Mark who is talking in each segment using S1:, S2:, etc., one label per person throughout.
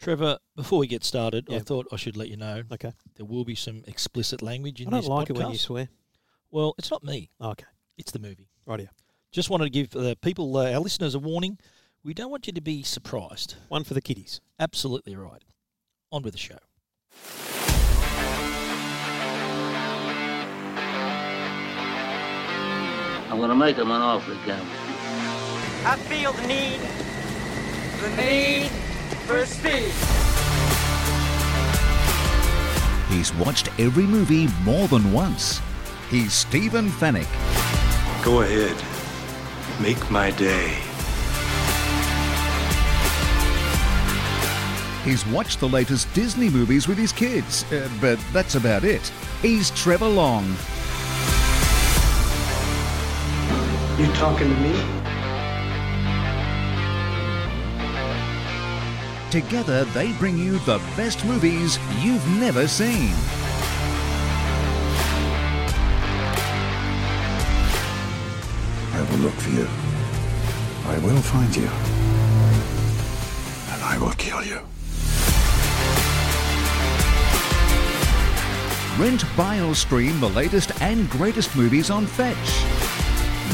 S1: Trevor, before we get started, I
S2: Yeah.
S1: thought I should let you know
S2: Okay.
S1: there will be some explicit language in
S2: I don't
S1: this
S2: like
S1: podcast.
S2: it when you swear.
S1: well, it's not me;
S2: Oh, okay.
S1: it's the movie.
S2: Right here.
S1: Just wanted to give uh, people, uh, our listeners, a warning. We don't want you to be surprised.
S2: One for the kiddies.
S1: Absolutely right. On with the show.
S3: I'm gonna make him an offer again.
S4: I feel the need, the need for speed.
S5: He's watched every movie more than once. He's Stephen Fennick.
S6: Go ahead. Make my day.
S5: He's watched the latest Disney movies with his kids, uh, but that's about it. He's Trevor Long.
S6: You talking to me?
S5: Together, they bring you the best movies you've never seen.
S7: I will look for you. I will find you. And I will kill you.
S5: Rent, buy, or stream the latest and greatest movies on Fetch.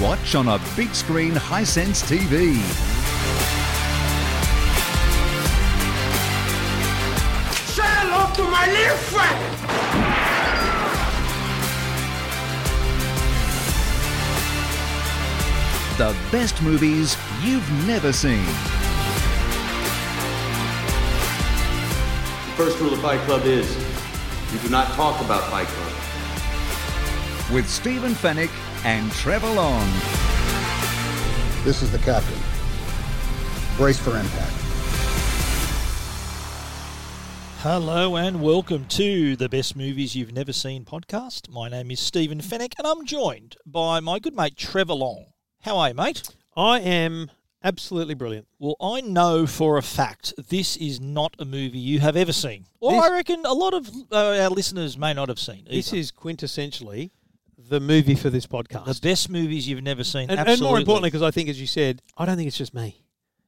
S5: Watch on a big screen Hisense TV.
S4: Say hello to my little friend.
S5: The best movies you've never seen.
S8: The first rule of Fight Club is you do not talk about Fight Club.
S5: With Stephen Fennick and Trevor Long.
S7: This is the captain. Brace for impact.
S1: Hello and welcome to the Best Movies You've Never Seen podcast. My name is Stephen Fennick, and I'm joined by my good mate Trevor Long. How are you, mate?
S2: I am absolutely brilliant.
S1: Well, I know for a fact this is not a movie you have ever seen, or
S2: This-
S1: I reckon a lot of uh, our listeners may not have seen.
S2: This
S1: either.
S2: is quintessentially the movie for this podcast.
S1: the best movies you've never seen.
S2: and, and
S1: absolutely.
S2: more importantly, because I think, as you said, I don't think it's just me.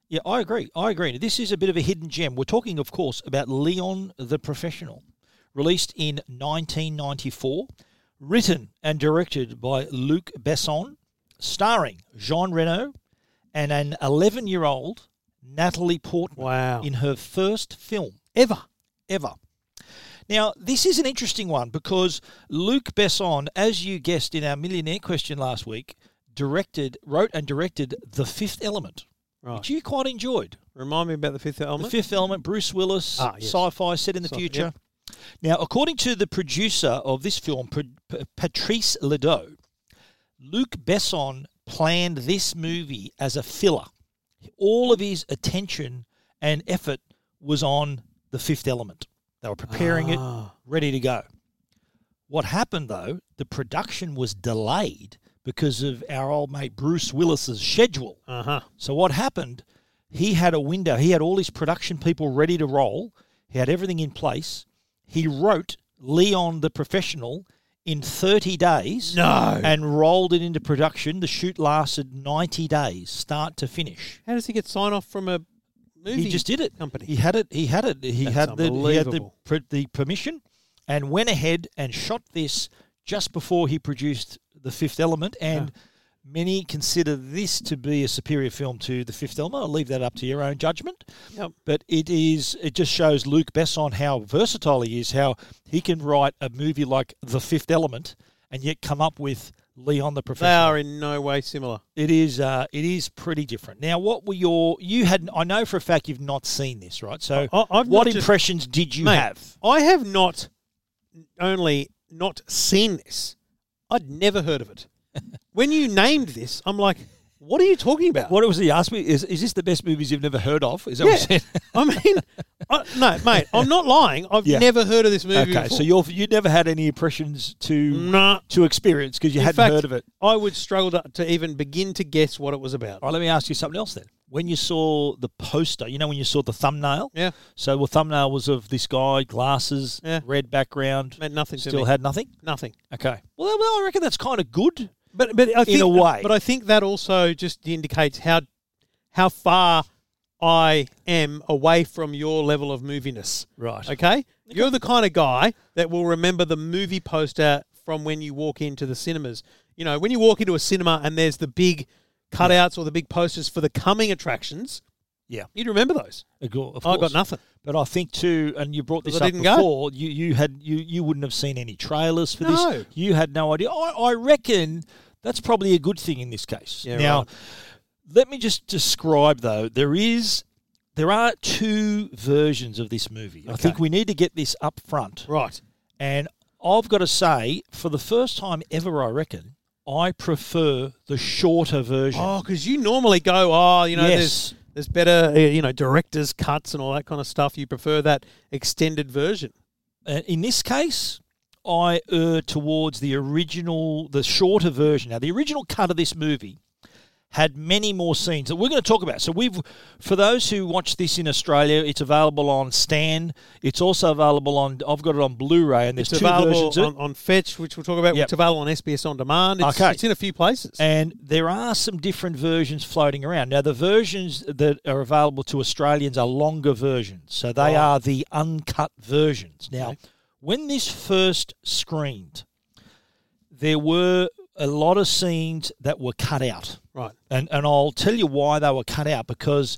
S1: yeah, I agree. I agree. This is a bit of a hidden gem. We're talking, of course, about Leon the Professional, released in 1994, written and directed by Luc Besson, starring Jean Reno and an 11-year-old Natalie Portman
S2: Wow.
S1: in her first film.
S2: Ever.
S1: ever. Now, this is an interesting one because Luc Besson, as you guessed in our millionaire question last week, directed, wrote and directed The Fifth Element,
S2: Right.
S1: which you quite enjoyed.
S2: Remind me about the fifth
S1: The
S2: element.
S1: Fifth Element, Bruce Willis,
S2: Ah, yes.
S1: sci-fi set in the
S2: Sci-
S1: future. Now, according to the producer of this film, Pr- P- Patrice Ledoux, Luc Besson planned this movie as a filler. All of his attention and effort was on The Fifth Element. They were preparing
S2: Ah.
S1: it, ready to go. What happened though, the production was delayed because of our old mate Bruce Willis's schedule.
S2: Uh huh.
S1: So what happened? He had a window. He had all his production people ready to roll. He had everything in place. He wrote Leon the Professional in 30 days
S2: No.
S1: and rolled it into production. The shoot lasted 90 days, start to finish.
S2: How does he get sign off from a movie?
S1: He just did it.
S2: Company.
S1: He had it. He had it. He
S2: That's
S1: had the he had the
S2: unbelievable.
S1: per- the permission, and went ahead and shot this just before he produced the Fifth Element. And many consider this to be a superior film to the Fifth Element. I'll leave that up to your own judgment.
S2: Yep.
S1: But it is. It just shows Luke Besson how versatile he is. How he can write a movie like the Fifth Element and yet come up with Leon the
S2: They
S1: Professional.
S2: are in no way similar.
S1: It is. Uh, it is pretty different. Now, what were your? You had. I know for a fact you've not seen this, right? So,
S2: I- I've
S1: what
S2: not just-
S1: impressions did you
S2: Mate,
S1: have?
S2: I have not only not seen this, I'd never heard of it. when you named this, I'm like, what are you talking about?
S1: What was he asked me? Is is this the best movies you've never heard of? Is that
S2: yeah. I mean, I, no, mate, I'm not lying. I've
S1: Yeah.
S2: never heard of this movie.
S1: Okay, so you you never had any impressions to
S2: Nah.
S1: to experience because you
S2: In
S1: hadn't
S2: fact,
S1: heard of it.
S2: I would struggle to, to even begin to guess what it was about.
S1: All right, let me ask you something else then. When you saw the poster, you know when you saw the thumbnail.
S2: Yeah.
S1: So the thumbnail was of this guy, glasses,
S2: Yeah.
S1: red background,
S2: Meant nothing to
S1: still
S2: me.
S1: had nothing.
S2: nothing.
S1: Okay. Well, I reckon that's kind of good.
S2: But but I
S1: In
S2: think,
S1: a way.
S2: but I think that also just indicates how how far I am away from your level of moviness.
S1: Right.
S2: Okay? You're the kind of guy that will remember the movie poster from when you walk into the cinemas. You know, when you walk into a cinema and there's the big cutouts or the big posters for the coming attractions,
S1: Yeah.
S2: you'd remember those.
S1: Of cour- of
S2: I got
S1: course.
S2: nothing.
S1: But I think too, and you brought this up
S2: I didn't go.
S1: before. You you had you you wouldn't have seen any trailers for
S2: No.
S1: this. You had no idea. I, I reckon that's probably a good thing in this case.
S2: Yeah,
S1: now,
S2: right.
S1: let me just describe though. There is there are two versions of this movie. I think we need to get this up front.
S2: Right.
S1: And I've got to say, for the first time ever, I reckon I prefer the shorter version.
S2: Oh, because you normally go, oh, you know,
S1: Yes.
S2: there's, there's better, uh, you know, director's cuts and all that kind of stuff. You prefer that extended version.
S1: Uh, in this case, I err towards the original, the shorter version. Now, the original cut of this movie had many more scenes that we're going to talk about. So we've, for those who watch this in Australia, it's available on Stan. It's also available on. I've got it on Blu-ray, and there's
S2: It's
S1: two
S2: available
S1: versions. of it.
S2: on, on Fetch, which we'll talk about.
S1: Yep.
S2: It's available on SBS On Demand. It's,
S1: Okay.
S2: it's in a few places.
S1: And there are some different versions floating around. Now, the versions that are available to Australians are longer versions. So they are the uncut versions. Now, when this first screened, there were a lot of scenes that were cut out.
S2: right.
S1: And, and I'll tell you why they were cut out because,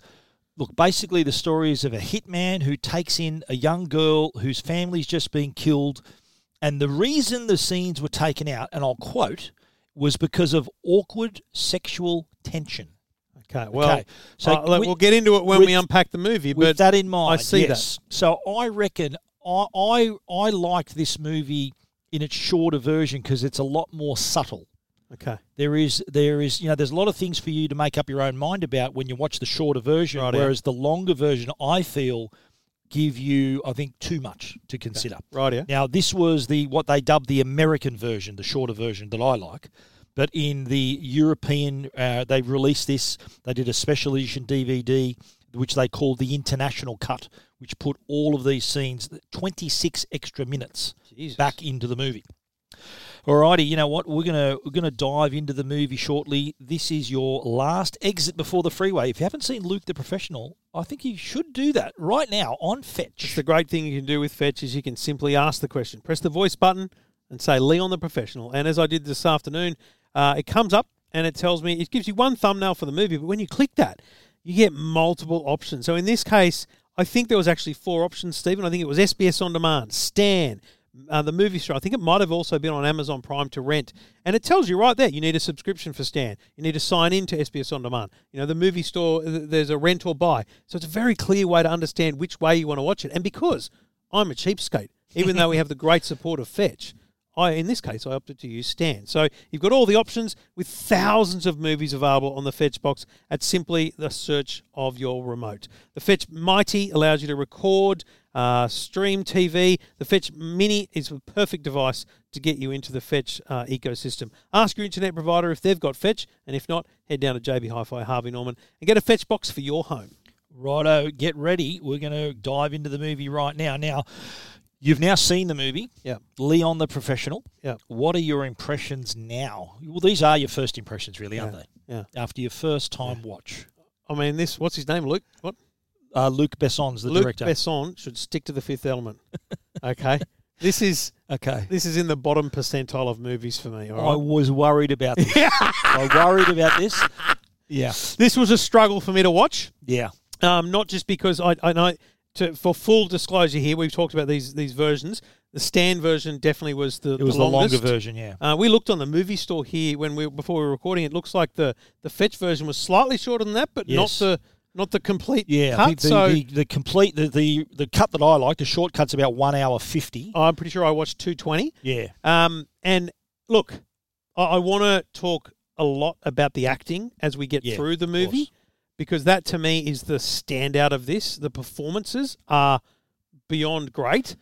S1: look, basically the story is of a hitman who takes in a young girl whose family's just been killed. And the reason the scenes were taken out, and I'll quote, was because of awkward sexual tension.
S2: Okay. Well,
S1: Okay. So
S2: uh, look,
S1: with-
S2: we'll get into it when we
S1: with-
S2: unpack the movie.
S1: With
S2: But
S1: that in mind,
S2: I see
S1: yes. So I reckon I I, I liked this movie in its shorter version because it's a lot more subtle.
S2: that. Okay.
S1: There is, there is, you know, there's a lot of things for you to make up your own mind about when you watch the shorter version,
S2: Right, yeah.
S1: whereas the longer version, I feel, give you, I think, too much to consider.
S2: Right here.
S1: Now, this was the what they dubbed the American version, the shorter version that I like. But in the European, uh, they released this. They did a special edition DVD, which they called the international cut, which put all of these scenes, 26 extra minutes,
S2: Jesus.
S1: back into the movie. Alrighty, you know what? We're gonna we're gonna dive into the movie shortly. This is your last exit before the freeway. If you haven't seen Luke the Professional, I think you should do that right now on Fetch.
S2: It's the great thing you can do with Fetch is you can simply ask the question. Press the voice button and say Leon the Professional. And as I did this afternoon, uh, it comes up and it tells me, it gives you one thumbnail for the movie. But when you click that, you get multiple options. So in this case, I think there was actually four options, Stephen. I think it was SBS On Demand, Stan, uh, the movie store. I think it might have also been on Amazon Prime to rent. And it tells you right there, you need a subscription for Stan. You need to sign in to SBS On Demand. You know, the movie store, th- there's a rent or buy. So it's a very clear way to understand which way you want to watch it. And because I'm a cheapskate, even though we have the great support of Fetch, I, in this case, I opted to use Stan. So you've got all the options with thousands of movies available on the Fetch box at simply the search of your remote. The Fetch Mighty allows you to record, uh, stream TV. The Fetch Mini is a perfect device to get you into the Fetch uh, ecosystem. Ask your internet provider if they've got Fetch, and if not, head down to JB Hi-Fi Harvey Norman and get a Fetch box for your home.
S1: Righto, get ready. We're going to dive into the movie right now. Now, you've now seen the movie.
S2: Yeah.
S1: Leon the Professional.
S2: Yeah.
S1: What are your impressions now? Well, these are your first impressions, really, aren't they?
S2: Yeah.
S1: After your first time watch.
S2: I mean, this. What's his name? Luke. What?
S1: Uh, Luke Besson's the
S2: Luke
S1: director.
S2: Besson should stick to the Fifth Element. okay. This is
S1: okay.
S2: This is in the bottom percentile of movies for
S1: I
S2: me. All right?
S1: was worried about this. I worried about this. Yeah.
S2: This was a struggle for me to watch,
S1: Yeah.
S2: um, not just because I, I know. To, for full disclosure, here we've talked about these these versions. The stand version definitely was the
S1: It was the longer version, yeah.
S2: Uh, we looked on the movie store here when we before we were recording. It looks like the the fetch version was slightly shorter than that, but
S1: Yes.
S2: not the not the complete
S1: Yeah, I
S2: cut.
S1: think the,
S2: so
S1: the, the complete the, the the cut that I like, the shortcut's about one hour fifty.
S2: I'm pretty sure I watched two twenty.
S1: yeah,
S2: Um, and look, I, I want to talk a lot about the acting as we get
S1: Yeah,
S2: through the
S1: of
S2: movie
S1: course.
S2: because that to me is the standout of this. The performances are beyond great,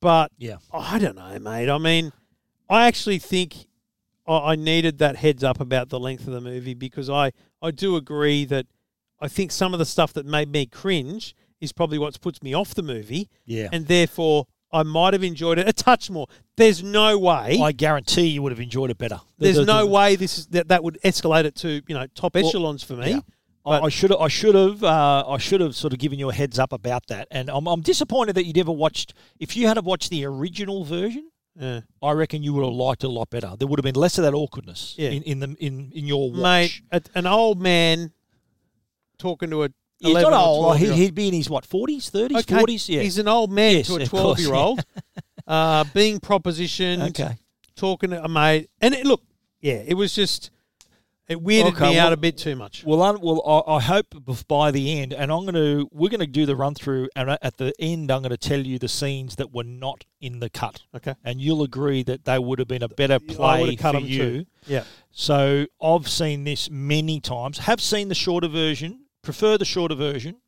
S2: but
S1: yeah.
S2: I don't know, mate. I mean, I actually think I, I needed that heads up about the length of the movie because I, I do agree that I think some of the stuff that made me cringe is probably what puts me off the movie.
S1: Yeah.
S2: And therefore, I might have enjoyed it a touch more. There's no way.
S1: I guarantee you would have enjoyed it better.
S2: there's
S1: The- the-
S2: no
S1: the-
S2: way this is that that would escalate it to you know top echelons for me.
S1: yeah. I should I should have uh, I should have sort of given you a heads up about that, and I'm, I'm disappointed that you never watched. If you had have watched the original version,
S2: Yeah.
S1: I reckon you would have liked it a lot better. There would have been less of that awkwardness
S2: Yeah.
S1: in, in the in in your watch.
S2: Mate, a, an old man talking to a
S1: He's
S2: 11
S1: not
S2: or
S1: old.
S2: 12
S1: He'd,
S2: -year-old.
S1: he'd be in his what, forties, thirties,
S2: Okay,
S1: forties. Yeah.
S2: He's an old man
S1: Yes,
S2: to a
S1: of course,
S2: 12 year old. uh, being propositioned,
S1: okay.
S2: talking to a mate. And it, look, yeah, it was just, it weirded
S1: Okay,
S2: me out
S1: well-
S2: a bit too much.
S1: Well, I, well, I, I hope bef- by the end, and I'm going to we're going to do the run through, and a- at the end, I'm going to tell you the scenes that were not in the cut.
S2: Okay.
S1: And you'll agree that they would have been a better
S2: I would
S1: play
S2: have cut
S1: for
S2: him
S1: you.
S2: too. Yeah.
S1: So I've seen this many times. Have seen the shorter version. Prefer the shorter version.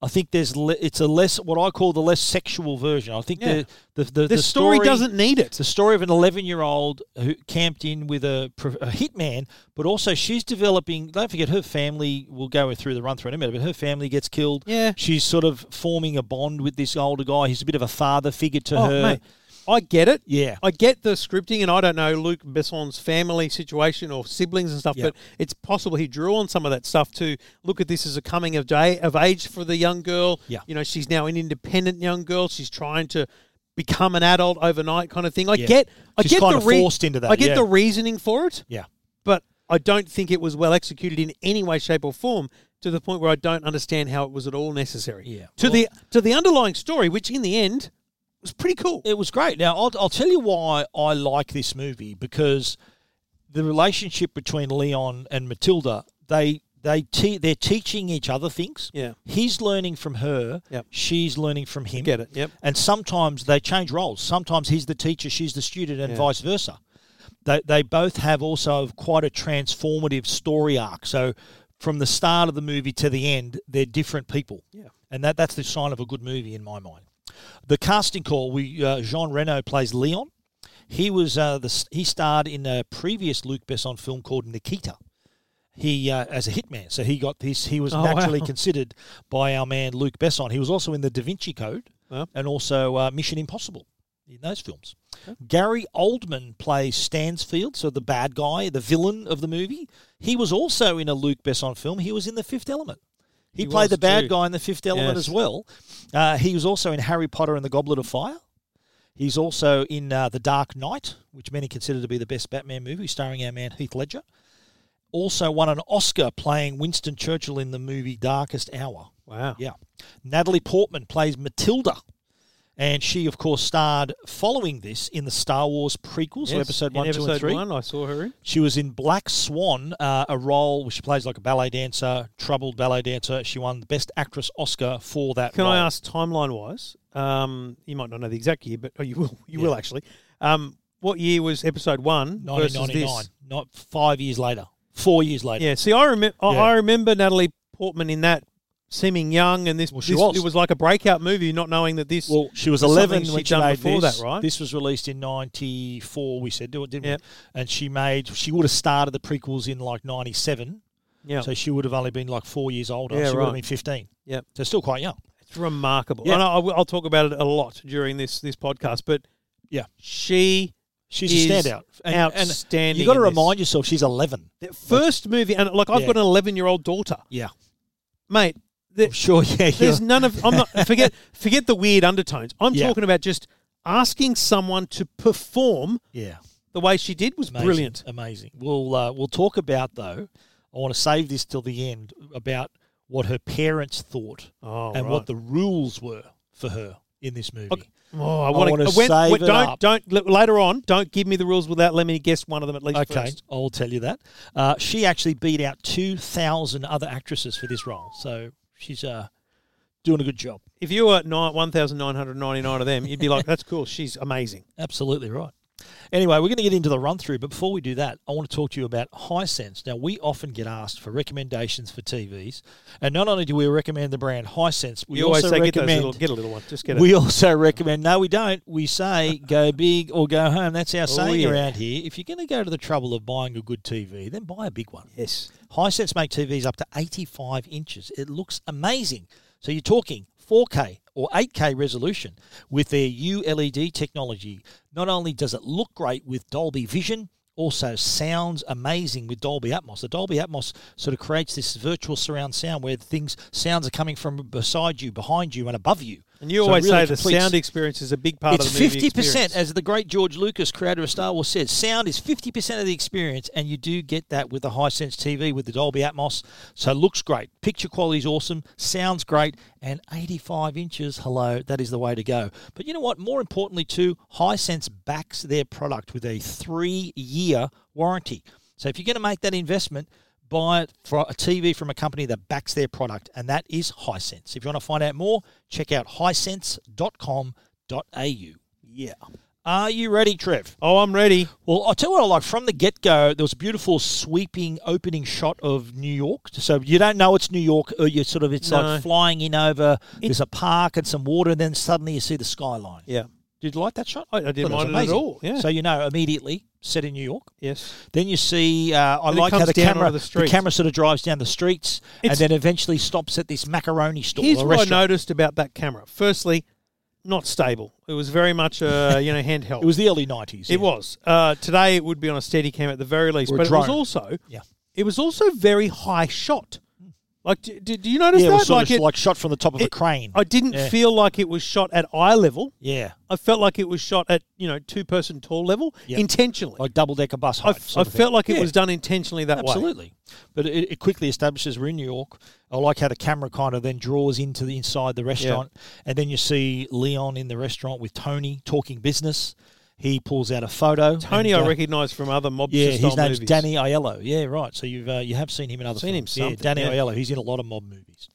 S1: I think there's le- it's a less what I call the less sexual version. I think
S2: Yeah.
S1: the, the the
S2: The, story, doesn't need
S1: It's
S2: it.
S1: the story of an 11 year old who camped in with a, pro- a hitman, but also she's developing. Don't forget, her family, we'll go through the run through in a minute, but her family gets killed.
S2: Yeah.
S1: She's sort of forming a bond with this older guy. He's a bit of a father figure to
S2: Oh,
S1: her.
S2: mate, I get it.
S1: Yeah.
S2: I get the scripting, and I don't know Luke Besson's family situation or siblings and stuff,
S1: Yeah.
S2: but it's possible he drew on some of that stuff to look at this as a coming of day of age for the young girl.
S1: Yeah.
S2: you know, she's now an independent young girl. She's trying to become an adult overnight, kind of thing. I
S1: Yeah.
S2: get, I
S1: She's
S2: get
S1: kind
S2: the
S1: of forced into that,
S2: I get
S1: yeah.
S2: the reasoning for it,
S1: Yeah.
S2: but I don't think it was well executed in any way, shape, or form. To the point where I don't understand how it was at all necessary.
S1: Yeah.
S2: To
S1: Well-
S2: the to the underlying story, which in the end was pretty cool.
S1: It was great. Now, I'll, I'll tell you why I like this movie because the relationship between Leon and Matilda, they. They te- they're teaching each other things.
S2: Yeah.
S1: he's learning from her.
S2: Yep.
S1: she's learning from him.
S2: Get it, yep.
S1: And sometimes they change roles. Sometimes he's the teacher, she's the student, and vice versa. They, they both have also quite a transformative story arc. So from the start of the movie to the end, they're different people. Yeah. And that, that's the sign of a good movie in my mind. The casting call, we uh, Jean Reno plays Leon. He was uh, the, he starred in a previous Luc Besson film called Nikita. He uh, as a hitman, so he got this. He was
S2: Oh, wow.
S1: naturally considered by our man Luke Besson. He was also in the Da Vinci Code
S2: Wow.
S1: and also uh, Mission Impossible in those films. Gary Oldman plays Stansfield, so the bad guy, the villain of the movie. He was also in a Luke Besson film. He was in The Fifth Element. He,
S2: He
S1: played
S2: was
S1: the bad
S2: too.
S1: guy in The Fifth Element
S2: Yes.
S1: as well. Uh, he was also in Harry Potter and the Goblet of Fire. He's also in uh, The Dark Knight, which many consider to be the best Batman movie, starring our man Heath Ledger. Also won an Oscar playing Winston Churchill in the movie Darkest Hour.
S2: Wow.
S1: Yeah. Natalie Portman plays Matilda. And she, of course, starred following this in the Star Wars prequels, so
S2: Yes,
S1: episode
S2: in
S1: one, two,
S2: episode
S1: and three.
S2: One, I saw her in.
S1: She was in Black Swan, uh, a role where she plays like a ballet dancer, troubled ballet dancer. She won the Best Actress Oscar for that.
S2: Can I
S1: role.
S2: ask timeline wise? Um, you might not know the exact year, but oh, you will. You will actually. Um, what year was episode one versus
S1: 1999,
S2: this?
S1: not five years later, four years later.
S2: Yeah. See, I remember. I
S1: Yeah.
S2: I remember Natalie Portman in that seeming young, and this.
S1: Well, she
S2: this-
S1: was.
S2: It was like a breakout movie, not knowing that this.
S1: Well, she was
S2: was something
S1: 11 when
S2: she'd
S1: she
S2: done
S1: made
S2: before
S1: this.
S2: that, right?
S1: This was released in 94, we said, didn't we?
S2: Yeah.
S1: And she made, she would have started the prequels in like 97.
S2: yeah.
S1: So she would have only been like four years older.
S2: Yeah,
S1: she would
S2: right.
S1: have been 15.
S2: Yep.
S1: So still quite young.
S2: it's remarkable.
S1: Yeah.
S2: And I, will talk about it a lot during this this podcast. But
S1: Yeah.
S2: she
S1: She's
S2: is
S1: a standout.
S2: outstanding
S1: You've got to
S2: in this.
S1: remind yourself she's 11.
S2: the first movie, and like I've
S1: Yeah.
S2: got an eleven year old daughter,
S1: Yeah.
S2: mate. the-
S1: I'm sure, yeah.
S2: There's
S1: you're-
S2: none of I'm not forget forget the weird undertones. I'm
S1: Yeah.
S2: talking about just asking someone to perform
S1: yeah.
S2: the way she did was
S1: Amazing,
S2: brilliant.
S1: Amazing. We'll, uh, we'll talk about, though, I want to save this till the end about what her parents thought
S2: Oh,
S1: and
S2: right.
S1: what the rules were for her in this movie.
S2: Oh, I
S1: wanna
S2: want to
S1: save it
S2: Don't
S1: up.
S2: don't l- later on. Don't give me the rules without letting me guess one of them at least.
S1: Okay,
S2: first.
S1: I'll tell you that. Uh, she actually beat out 2,000 other actresses for this role. So she's uh, doing a good job.
S2: If you were nine, one thousand nine hundred ninety nine of them, you'd be like, "That's cool. She's amazing."
S1: Absolutely right. Anyway, we're going to get into the run through, but before we do that, I want to talk to you about Hisense. Now, we often get asked for recommendations for TVs, and not only do we recommend the brand Hisense, we
S2: You always
S1: also
S2: say, "Get those
S1: recommend
S2: little, get a little one. Just get it."
S1: We also recommend, no, we don't. We say go big or go home. That's our saying
S2: Oh, yeah.
S1: around here. If you're going to go to the trouble of buying a good TV, then buy a big one.
S2: yes.
S1: Hisense make TVs up to 85 inches. It looks amazing. So you're talking 4K or 8K resolution E with their ULED technology. Not only does it look great with Dolby Vision, also sounds amazing with Dolby Atmos. The Dolby Atmos sort of creates this virtual surround sound where things sounds are coming from beside you, behind you, and above you.
S2: And you
S1: So it
S2: always
S1: really
S2: say the
S1: completes-
S2: sound experience is a big part
S1: it's
S2: of the movie
S1: fifty percent,
S2: experience.
S1: as the great George Lucas, creator of Star Wars, says. Sound is fifty percent of the experience, and you do get that with the Hisense TV with the Dolby Atmos. So it looks great, picture quality is awesome, sounds great, and eighty-five inches. Hello, that is the way to go. But you know what? More importantly, too, Hisense backs their product with a three-year warranty. So if you're going to make that investment, buy it for a TV from a company that backs their product, and that is Hisense. If you want to find out more, check out hisense.com.au.
S2: yeah.
S1: Are you ready, Trev?
S2: Oh, I'm ready.
S1: Well, I'll tell you what I like. From the get go, there was a beautiful sweeping opening shot of New York. So you don't know it's New York. Or you're sort of, it's
S2: No.
S1: like flying in over, there's a park and some water, and then suddenly you see the skyline.
S2: Yeah.
S1: Did you like that shot?
S2: I- I didn't
S1: Thought was
S2: mind it at
S1: amazing.
S2: all, yeah.
S1: So you know immediately, set in New York.
S2: Yes.
S1: Then you see, uh, I
S2: And it
S1: like how
S2: comes
S1: the
S2: down
S1: camera
S2: onto the
S1: the
S2: streets.
S1: camera sort of drives down the streets
S2: It's-
S1: and then eventually stops at this macaroni store.
S2: Here's
S1: or
S2: what I
S1: restaurant.
S2: noticed about that camera. Firstly, not stable. It was very much uh, you know handheld.
S1: It was the early nineties.
S2: It was. Uh, today it would be on a steady cam at the very least,
S1: Or a
S2: but it was
S1: drone.
S2: also
S1: Yeah.
S2: it was also very high shot. Like, do, do, do you notice
S1: Yeah, it
S2: that?
S1: was sort of
S2: it-
S1: like shot from the top of a
S2: it-
S1: crane.
S2: I didn't
S1: Yeah.
S2: feel like it was shot at eye level.
S1: yeah,
S2: I felt like it was shot at you know two person tall level
S1: Yeah.
S2: intentionally.
S1: like double decker bus.
S2: I,
S1: Height,
S2: f- I
S1: sort of thing.
S2: felt like it
S1: Yeah.
S2: was done intentionally that way.
S1: Absolutely. But it, it quickly establishes we're in New York. I like how the camera kind of then draws into the inside the restaurant, and then you see Leon in the restaurant with Tony talking business. He pulls out a photo.
S2: Tony,
S1: and, uh,
S2: I recognise from other mobster
S1: Yeah,
S2: style
S1: his name's
S2: movies.
S1: Danny Aiello. Yeah, right. So you've uh, you have seen him in other
S2: Seen him
S1: films. yeah,
S2: something,
S1: Danny
S2: yeah.
S1: Aiello. He's in a lot of mob movies.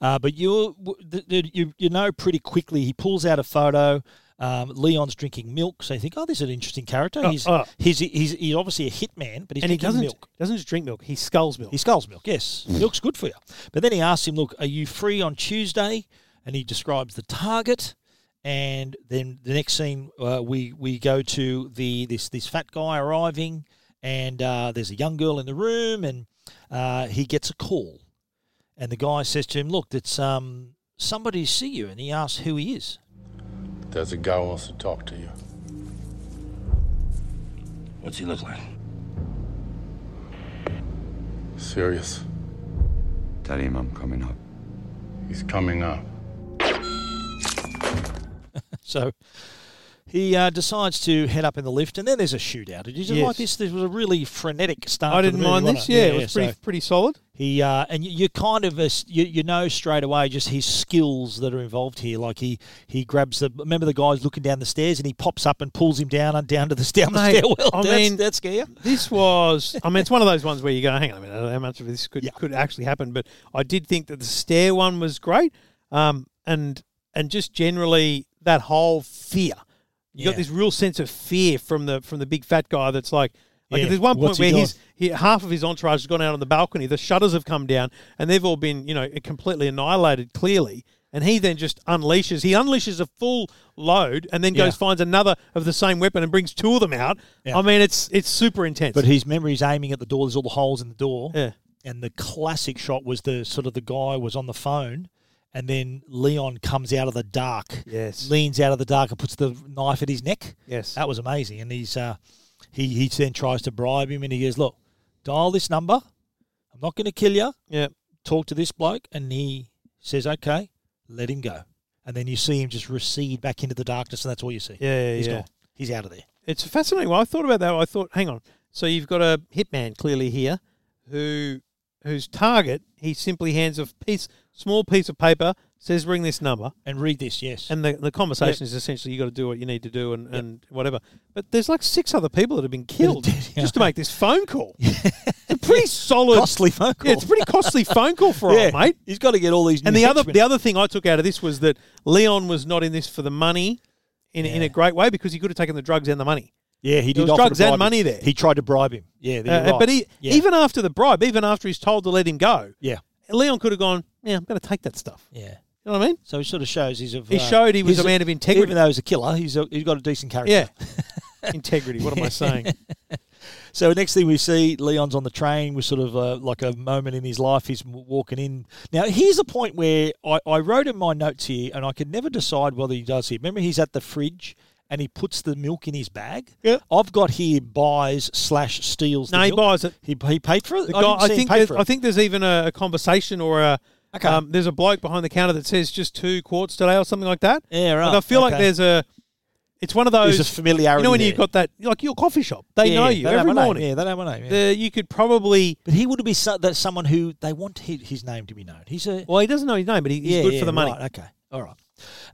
S1: Uh, but you, the, the, you you know pretty quickly he pulls out a photo. Um, Leon's drinking milk, so you think, oh, this is an interesting character.
S2: Oh,
S1: he's,
S2: oh.
S1: he's he's he's obviously a hitman, but he's
S2: and he
S1: drinking
S2: doesn't
S1: milk.
S2: doesn't just drink milk. He sculls milk.
S1: He sculls milk, yes. Milk's good for you. But then he asks him, Look, are you free on Tuesday? And he describes the target. And then the next scene, uh, we, we go to the this, this fat guy arriving, and uh, there's a young girl in the room, and uh, he gets a call. And the guy says to him, Look, it's um, somebody to see you. And he asks who he is.
S9: There's a guy who wants to talk to you.
S3: What's he look like?
S9: Serious.
S8: Tell him I'm coming up.
S9: He's coming up.
S1: So he uh, decides to head up in the lift, and then there's a shootout. Did you
S2: Yes.
S1: like this? This was a really frenetic start.
S2: I
S1: to the
S2: didn't
S1: movie,
S2: mind
S1: wasn't
S2: this. Yeah, it was
S1: so-
S2: pretty pretty solid.
S1: He uh, and you, you kind of uh, you, you know straight away just his skills that are involved here. Like he he grabs the remember the guy's looking down the stairs and he pops up and pulls him down and down to the down the
S2: Mate,
S1: stairwell.
S2: I
S1: that's,
S2: mean-
S1: that's scare.
S2: This was, I mean, it's one of those ones where you go, hang on a minute, I don't know how much of this could,
S1: Yeah.
S2: could actually happen. But I did think that the stair one was great. Um, and and just generally that whole fear. You
S1: Yeah.
S2: got this real sense of fear from the from the big fat guy that's like, like
S1: Yeah,
S2: there's one point
S1: what's he
S2: where
S1: doing?
S2: he's he, half of his entourage has gone out on the balcony, the shutters have come down, and they've all been, you know, completely annihilated clearly. And he then just unleashes. He unleashes a full load, and then
S1: Yeah.
S2: goes finds another of the same weapon and brings two of them out.
S1: Yeah.
S2: I mean, it's it's super intense.
S1: But his memory is aiming at the door. There's all the holes in the door.
S2: Yeah.
S1: And the classic shot was the sort of the guy was on the phone, and then Leon comes out of the dark.
S2: Yes.
S1: Leans out of the dark and puts the knife at his neck.
S2: Yes.
S1: That was amazing. And he's uh, he he then tries to bribe him, and he goes, "Look, dial this number. I'm not going to kill you.
S2: yeah.
S1: talk to this bloke and he says okay let him go and then you see him just recede back into the darkness and that's all you see
S2: Yeah, yeah,
S1: He's
S2: yeah.
S1: gone he's out of there
S2: It's fascinating. Well, I thought about that. I thought, hang on. So you've got a hitman clearly here, who whose target he simply hands a piece, small piece of paper, says ring this number,
S1: and read this yes
S2: and the, the conversation is essentially you got to do what you need to do and, and whatever. But there's like six other people that have been killed
S1: did, yeah.
S2: just to make this phone call. it's a pretty solid,
S1: costly phone call
S2: Yeah, it's a pretty costly phone call for
S1: Yeah,
S2: old mate.
S1: he's got to get all these
S2: And
S1: new
S2: the other
S1: henchmen.
S2: the other thing I took out of this was that Leon was not in this for the money in, in
S1: Yeah.
S2: a great way because he could have taken the drugs and the money.
S1: yeah he
S2: was
S1: did offer to
S2: drugs and
S1: bribe him.
S2: money there.
S1: he tried to bribe him yeah
S2: Uh,
S1: there you're right.
S2: But he,
S1: Yeah.
S2: even after the bribe, even after he's told to let him go,
S1: yeah
S2: Leon could have gone, yeah, I'm going to take that stuff.
S1: yeah
S2: You know what I mean?
S1: so he sort of shows he's of
S2: He
S1: uh,
S2: showed he was
S1: he's
S2: a man of integrity.
S1: even though he's a killer he's a, he's got a decent character
S2: Yeah. Integrity. What am I saying?
S1: So next thing we see, Leon's on the train with sort of uh like a moment in his life. He's w- walking in. Now here's a point where I, I wrote in my notes here, and I could never decide whether he does here. Remember, he's at the fridge and he puts the milk in his bag.
S2: Yeah.
S1: I've got here buys slash steals. the
S2: No, he
S1: milk.
S2: buys it.
S1: He, he paid for it.
S2: The
S1: I,
S2: guy,
S1: didn't
S2: I
S1: see him
S2: think
S1: pay
S2: there's,
S1: for it.
S2: I think there's even a, a conversation or a
S1: Okay.
S2: um, there's a bloke behind the counter that says just two quarts today or something like that.
S1: Yeah, right.
S2: Like I feel like
S1: Okay.
S2: there's a it's one of those
S1: There's a familiarity
S2: You know when you've
S1: there.
S2: got that like your coffee shop, they
S1: Yeah,
S2: know
S1: yeah,
S2: you
S1: they know
S2: every
S1: my name.
S2: morning.
S1: Yeah, they know my name. yeah.
S2: The- you could probably
S1: but he would be so, that someone who they want his, his name to be known. He's a
S2: well, he doesn't know his name, but he, he's
S1: Yeah,
S2: good
S1: yeah,
S2: for the money.
S1: right, okay, all right.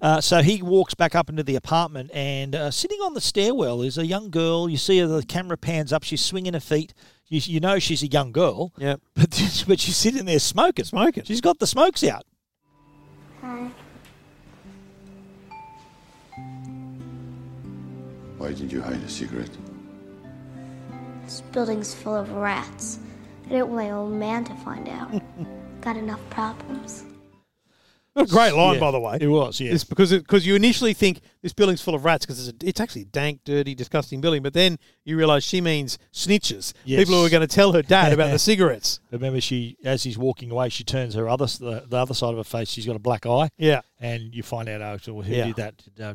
S1: Uh, so he walks back up into the apartment, and uh, sitting on the stairwell is a young girl. You see her; the camera pans up. She's swinging her feet. You, you know she's a young girl.
S2: Yep.
S1: But but she's sitting there smoking,
S2: Smoking.
S1: She's got the smokes out.
S9: Why did you hide a secret?
S10: This building's full of rats. I didn't want my old man to find out. Got enough problems.
S2: A great line,
S1: Yeah,
S2: by the way.
S1: It was, yeah.
S2: It's because because you initially think this building's full of rats because it's, a- it's actually a dank, dirty, disgusting building. But then you realise she means snitches,
S1: Yes.
S2: people who are going to tell her dad about the cigarettes.
S1: Remember, she as he's walking away, she turns her other s- the, the other side of her face. She's got a black eye,
S2: Yeah,
S1: and you find out after who
S2: Yeah.
S1: did that. Uh,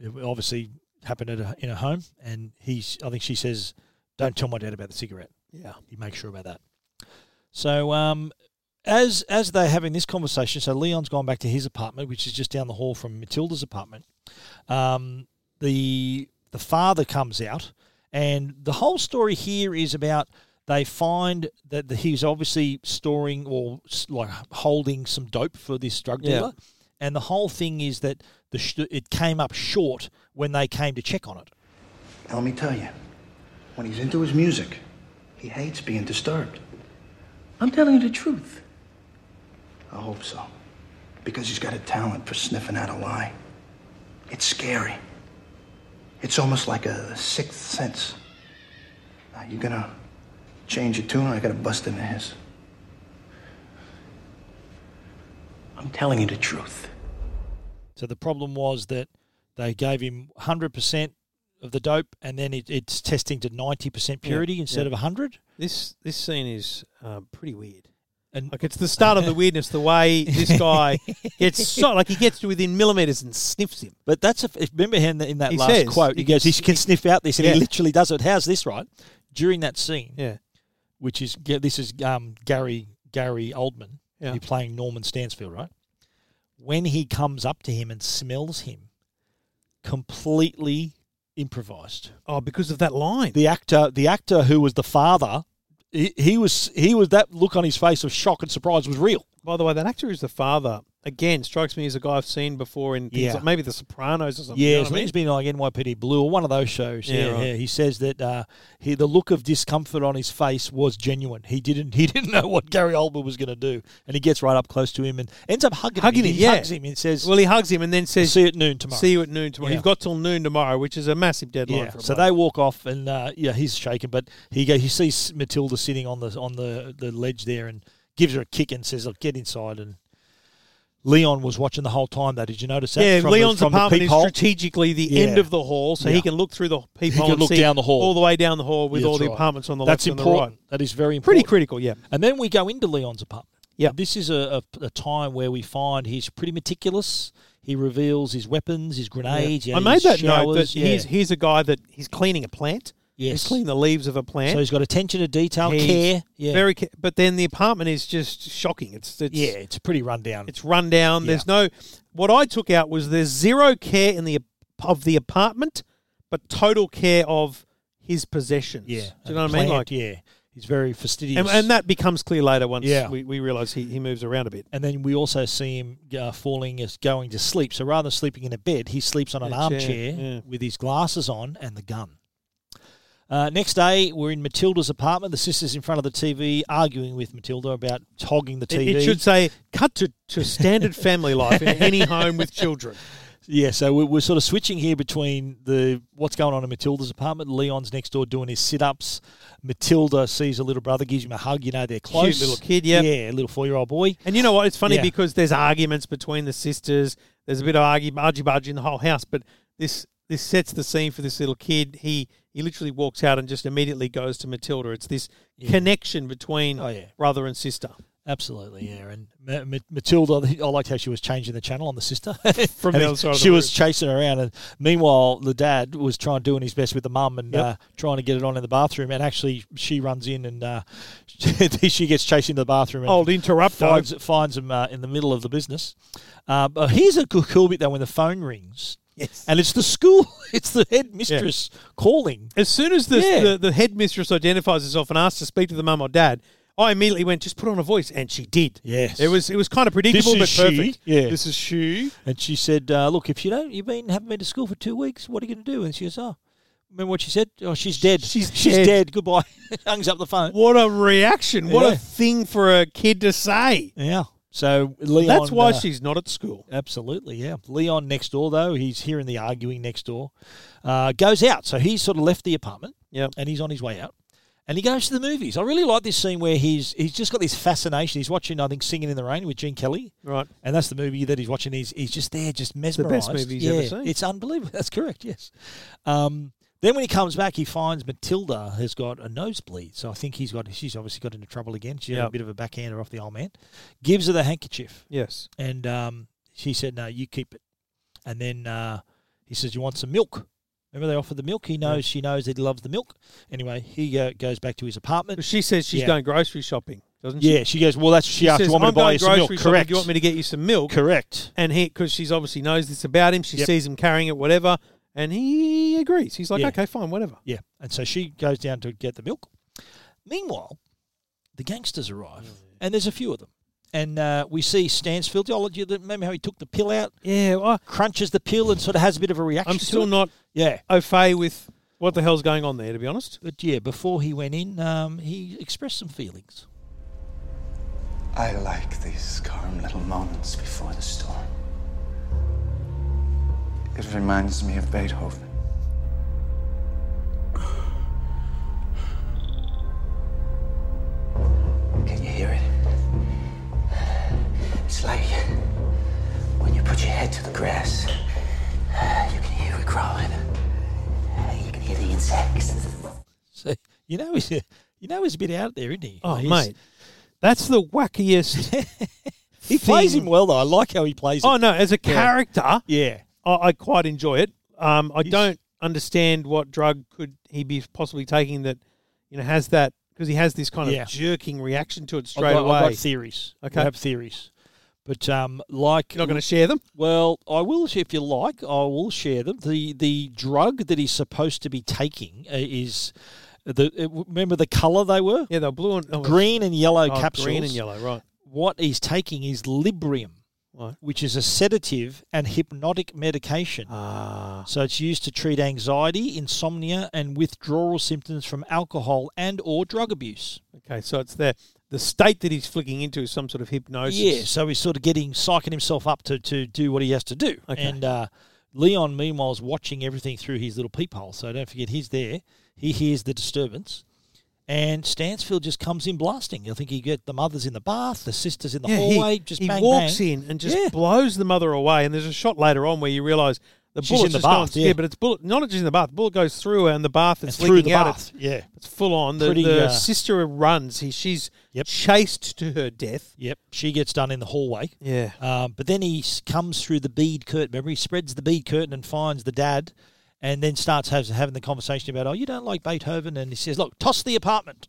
S1: it obviously happened at a, in a home, and he's. I think she says, "Don't tell my dad about the cigarette."
S2: yeah.
S1: you make sure about that. So um, as as they're having this conversation, so Leon's gone back to his apartment, which is just down the hall from Matilda's apartment. Um, the the father comes out, and the whole story here is about they find that the, he's obviously storing or s- like holding some dope for this drug
S2: Yeah.
S1: dealer, and the whole thing is that the sh- it came up short when they came to check on it.
S11: Now, let me tell you, when he's into his music, he hates being disturbed. I'm telling you the truth. I hope so. Because he's got a talent for sniffing out a lie. It's scary. It's almost like a sixth sense. Now, you're gonna change your tune, or I gotta bust into his. I'm telling you the truth.
S1: So the problem was that they gave him 100% of the dope and then it, it's testing to 90% purity instead
S2: yeah.
S1: of 100.
S2: This this scene is um, pretty weird.
S1: And
S2: Like it's the start of the weirdness. The way this guy gets so like he gets to within millimeters and sniffs him.
S1: but that's a, if- remember him in that
S2: He
S1: last
S2: says
S1: quote. He
S2: he
S1: goes,
S2: can
S1: he can sniff out this, and
S2: Yeah.
S1: he literally does it. How's this right? During that scene,
S2: Yeah,
S1: which is yeah, this is um, Gary Gary Oldman,
S2: Yeah.
S1: who's playing Norman Stansfield, right? When he comes up to him and smells him, completely improvised.
S2: Oh, because of that line.
S1: the actor the actor who was the father he, he was he was that look on his face of shock and surprise was real
S2: By the way, that actor who's the father again strikes me as a guy I've seen before in things
S1: Yeah.
S2: like maybe The Sopranos or something.
S1: yeah
S2: you know
S1: it's
S2: what I mean?
S1: it's been like NYPD Blue or one of those shows yeah,
S2: Yeah, right.
S1: yeah. he says that uh, he, the look of discomfort on his face was genuine he didn't he didn't know what Gary Oldman was going to do and he gets right up close to him and ends up hugging,
S2: hugging
S1: him
S2: him.
S1: he
S2: yeah,
S1: hugs him and says
S2: "Well, he hugs him and then says,
S1: see you at noon tomorrow
S2: see you at noon tomorrow."
S1: Yeah.
S2: You've got till noon tomorrow, which is a massive deadline.
S1: yeah,
S2: for a
S1: so
S2: bloke.
S1: they walk off, and uh, yeah, he's shaken, but he go, he sees Matilda sitting on the on the, the ledge there, and gives her a kick and says, "Look, get inside." And Leon was watching the whole time. Though, did you notice that?
S2: yeah,
S1: From the-
S2: Leon's
S1: from the
S2: apartment is
S1: peephole?
S2: strategically the
S1: Yeah.
S2: end of the hall, so
S1: Yeah.
S2: he can look through the peephole.
S1: can
S2: and
S1: look
S2: see
S1: down the hall.
S2: all the way down the hall with
S1: Yeah,
S2: all
S1: that's
S2: the
S1: right.
S2: apartments on the
S1: That's
S2: left
S1: important.
S2: and the right.
S1: That is very
S2: Pretty
S1: important.
S2: critical, yeah.
S1: And then we go into Leon's apartment.
S2: Yep.
S1: This is a, a, a time where we find he's pretty meticulous. He reveals his weapons, his grenades. you
S2: I
S1: know,
S2: made
S1: his
S2: that note
S1: showers,
S2: that
S1: yeah.
S2: he's he's a guy that he's cleaning a plant.
S1: Yes.
S2: he's cleaning the leaves of a plant.
S1: so he's got attention to detail,
S2: He's
S1: care. Yeah,
S2: very. ca- But then the apartment is just shocking. It's it's
S1: yeah. It's pretty rundown.
S2: It's run down. There's no. What I took out was there's zero care in the of the apartment, but total care of his possessions.
S1: yeah.
S2: do you know what I
S1: Planned,
S2: mean? Like,
S1: yeah. He's very fastidious.
S2: and, and that becomes clear later once
S1: Yeah.
S2: we, we realize he, he moves around a bit.
S1: and then we also see him uh, falling as going to sleep. So rather than sleeping in a bed, he sleeps on an
S2: A chair,
S1: armchair
S2: yeah.
S1: with his glasses on and the gun. Uh, next day, we're in Matilda's apartment. The sister's in front of the TV arguing with Matilda about hogging the
S2: It,
S1: TV.
S2: it should say cut to, to standard family life in any home with children.
S1: yeah, so we're, we're sort of switching here between the what's going on in Matilda's apartment. Leon's next door doing his sit-ups. Matilda sees her little brother, gives him a hug. You know they're close.
S2: little kid, yep.
S1: yeah, little four-year-old boy.
S2: And you know what? It's funny
S1: Yeah.
S2: because there's arguments between the sisters. There's a bit of argy bargy bargy in the whole house, but this this sets the scene for this little kid. He he literally walks out and just immediately goes to Matilda. It's this connection between
S1: Oh, yeah.
S2: brother and sister.
S1: Absolutely, yeah. And Ma- Ma- Matilda, I liked how she was changing the channel on the sister.
S2: From the
S1: And
S2: other side of
S1: She
S2: the
S1: was
S2: room.
S1: chasing her around. And meanwhile, the dad was trying doing his best with the mum and uh, trying to get it on in the bathroom. And actually, she runs in and uh, she gets chased into the bathroom. And
S2: Old interrupter.
S1: Finds, finds him uh, in the middle of the business. Uh, but here's a cool, cool bit, though, when the phone rings.
S2: Yes.
S1: And it's the school, it's the headmistress calling.
S2: As soon as the,
S1: Yeah.
S2: the, the headmistress identifies herself and asks to speak to the mum or dad, I immediately went, just put on a voice, and she did.
S1: Yes.
S2: It was it was kind of predictable
S1: This is
S2: but
S1: she.
S2: perfect.
S1: Yeah.
S2: This is she.
S1: And she said, uh, "Look, if you don't, you've been haven't been to school for two weeks. What are you going to do?" And she goes, "Oh, remember what she said? Oh, she's dead.
S2: She's
S1: she's
S2: dead.
S1: dead. Goodbye." Hangs up the phone.
S2: What a reaction. What
S1: Yeah.
S2: a thing for a kid to say.
S1: Yeah. So Leon.
S2: That's why
S1: uh,
S2: she's not at school.
S1: Absolutely, yeah. Leon next door though he's hearing the arguing next door, uh, goes out. So he's sort of left the apartment,
S2: Yeah.
S1: and he's on his way out, and he goes to the movies. I really like this scene where he's he's just got this fascination. He's watching, I think, Singing in the Rain with Gene Kelly,
S2: Right.
S1: and that's the movie that he's watching. He's he's just there, just
S2: the
S1: mesmerised.
S2: best movie he's ever seen.
S1: It's unbelievable. That's correct. Yes. Um, then when he comes back, he finds Matilda has got a nosebleed. So I think he's got she's obviously got into trouble again. She had a
S2: Yep.
S1: bit of a backhander off the old man. Gives her the handkerchief,
S2: Yes.
S1: and um, she said, "No, you keep it." And then uh, he says, "You want some milk?" Remember they offered the milk. He knows she knows that he loves the milk. Anyway, he uh, goes back to his apartment.
S2: She says she's
S1: Yeah.
S2: going grocery shopping, doesn't she?
S1: Yeah, she goes. Well, that's she,
S2: She
S1: asked.
S2: says,
S1: you want me
S2: I'm
S1: to buy
S2: going
S1: you some milk?
S2: grocery shopping.
S1: Correct.
S2: Do you want me to get you some milk?
S1: correct.
S2: and he because she's obviously knows this about him. She
S1: Yep.
S2: sees him carrying it, whatever, and he agrees. He's like,
S1: Yeah.
S2: okay, fine, whatever.
S1: Yeah. And so she goes down to get the milk. Meanwhile, the gangsters arrive, and there's a few of them. And uh, we see Stansfield. Oh, do you remember how he took the pill out,
S2: Yeah, well,
S1: crunches the pill, and sort of has a bit of a
S2: I,
S1: reaction.
S2: I'm
S1: to
S2: still
S1: it?
S2: not
S1: Yeah.
S2: au fait with what the hell's going on there, to be honest.
S1: But yeah, before he went in, um, he expressed some feelings.
S11: I like these calm little moments before the storm. It reminds me of Beethoven. Can you hear it? It's like when you put your head to the grass, you can hear it growing. You can hear the insects.
S1: So you know he's you know he's a bit out there, isn't he?
S2: Oh,
S1: Like, he's-
S2: mate, that's the wackiest.
S1: he plays
S2: thing.
S1: him well though. I like how he plays.
S2: oh
S1: it.
S2: no, as a character,
S1: yeah,
S2: I, I quite enjoy it. Um, I
S1: He's-
S2: don't understand what drug could he be possibly taking that you know has that because he has this kind of
S1: Yeah.
S2: jerking reaction to it
S1: I've
S2: straight
S1: got-
S2: away.
S1: I've got theories.
S2: Okay.
S1: I have theories, but um, like
S2: You're not going to share them.
S1: Well, I will sh- if you like. I will share them. the The drug that he's supposed to be taking uh, is the uh, w- remember the color they were
S2: Yeah, they're blue and oh,
S1: green and yellow
S2: oh,
S1: capsules.
S2: Green and yellow, right?
S1: What he's taking is Librium,
S2: Right.
S1: which is a sedative and hypnotic medication.
S2: Ah,
S1: So it's used to treat anxiety, insomnia, and withdrawal symptoms from alcohol and or drug abuse.
S2: okay. So it's the the state that he's flicking into is some sort of hypnosis.
S1: Yeah, so he's sort of getting psyching himself up to, to do what he has to do.
S2: Okay.
S1: And uh, Leon, meanwhile, is watching everything through his little peephole. So don't forget, he's there. He hears the disturbance, and Stansfield just comes in blasting. I think he get the mother's in the bath, the sisters in the
S2: Yeah,
S1: hallway.
S2: he,
S1: just
S2: he
S1: bang,
S2: walks
S1: bang.
S2: in and just
S1: Yeah.
S2: blows the mother away. And there's a shot later on where you realise the
S1: She's
S2: bullet's
S1: in the
S2: just gone-
S1: bath, yeah.
S2: but it's bullet not just in the bath. The bullet goes through her, and the bath
S1: and
S2: is
S1: through
S2: leaking
S1: the
S2: out.
S1: bath.
S2: It's,
S1: Yeah.
S2: it's full on. The,
S1: Pretty,
S2: the
S1: uh,
S2: sister runs. He, she's
S1: Yep.
S2: chased to her death.
S1: Yep. She gets done in the hallway.
S2: Yeah.
S1: Um, but then he s- comes through the bead curtain. Remember, he spreads the bead curtain and finds the dad, and then starts has, having the conversation about, "Oh, you don't like Beethoven," and he says, "Look, toss the apartment."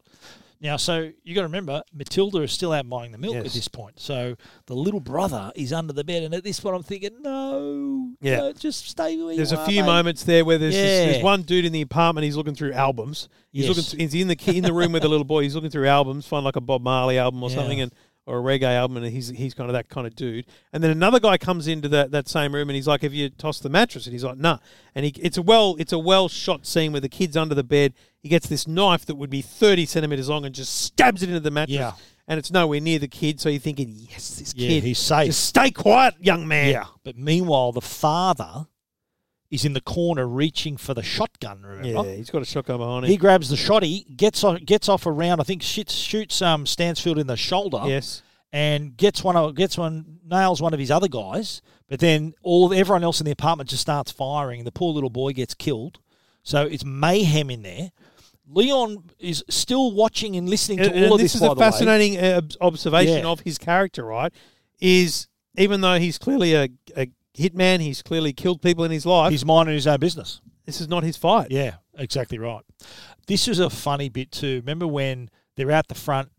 S1: Now, so you got to remember, Matilda is still out buying the milk at
S2: Yes.
S1: this point. So the little brother is under the bed, and at this point, I'm thinking, "No,
S2: Yeah.
S1: no, just stay where
S2: There's
S1: you
S2: a
S1: are,
S2: few
S1: mate."
S2: moments there where there's, this,
S1: Yeah.
S2: there's one dude in the apartment. He's looking through albums. He's
S1: Yes.
S2: looking. Th- he's in the ki- in the room with the little boy. He's looking through albums, find like a Bob Marley album or
S1: Yeah.
S2: something, and or a reggae album, and he's he's kind of that kind of dude. And then another guy comes into that, that same room, and he's like, "Have you tossed the mattress?" And he's like, "Nah." And he it's a well it's a well shot scene where the kid's under the bed. He gets this knife that would be thirty centimeters long and just stabs it into the mattress.
S1: Yeah.
S2: And it's nowhere near the kid, so you're thinking, "Yes, this
S1: Yeah,
S2: kid,
S1: he's safe.
S2: Just stay quiet, young man."
S1: Yeah. But meanwhile, the father is in the corner reaching for the shotgun. Remember?
S2: yeah. He's got a shotgun behind him.
S1: He grabs the shotty, gets off, gets off around. I think shoots, shoots um, Stansfield in the shoulder.
S2: yes.
S1: and gets one of- gets one nails one of his other guys. But then all everyone else in the apartment just starts firing. The poor little boy gets killed. So it's mayhem in there. Leon is still watching and listening to
S2: And-
S1: all
S2: and
S1: of this.
S2: is
S1: by
S2: a
S1: the way.
S2: fascinating uh, ob- observation
S1: Yeah.
S2: of his character, right? Is even though he's clearly a, a hitman, he's clearly killed people in his life.
S1: He's minding his own business.
S2: This is not his fight.
S1: Yeah, exactly right. This is a funny bit too. Remember when they're out the front,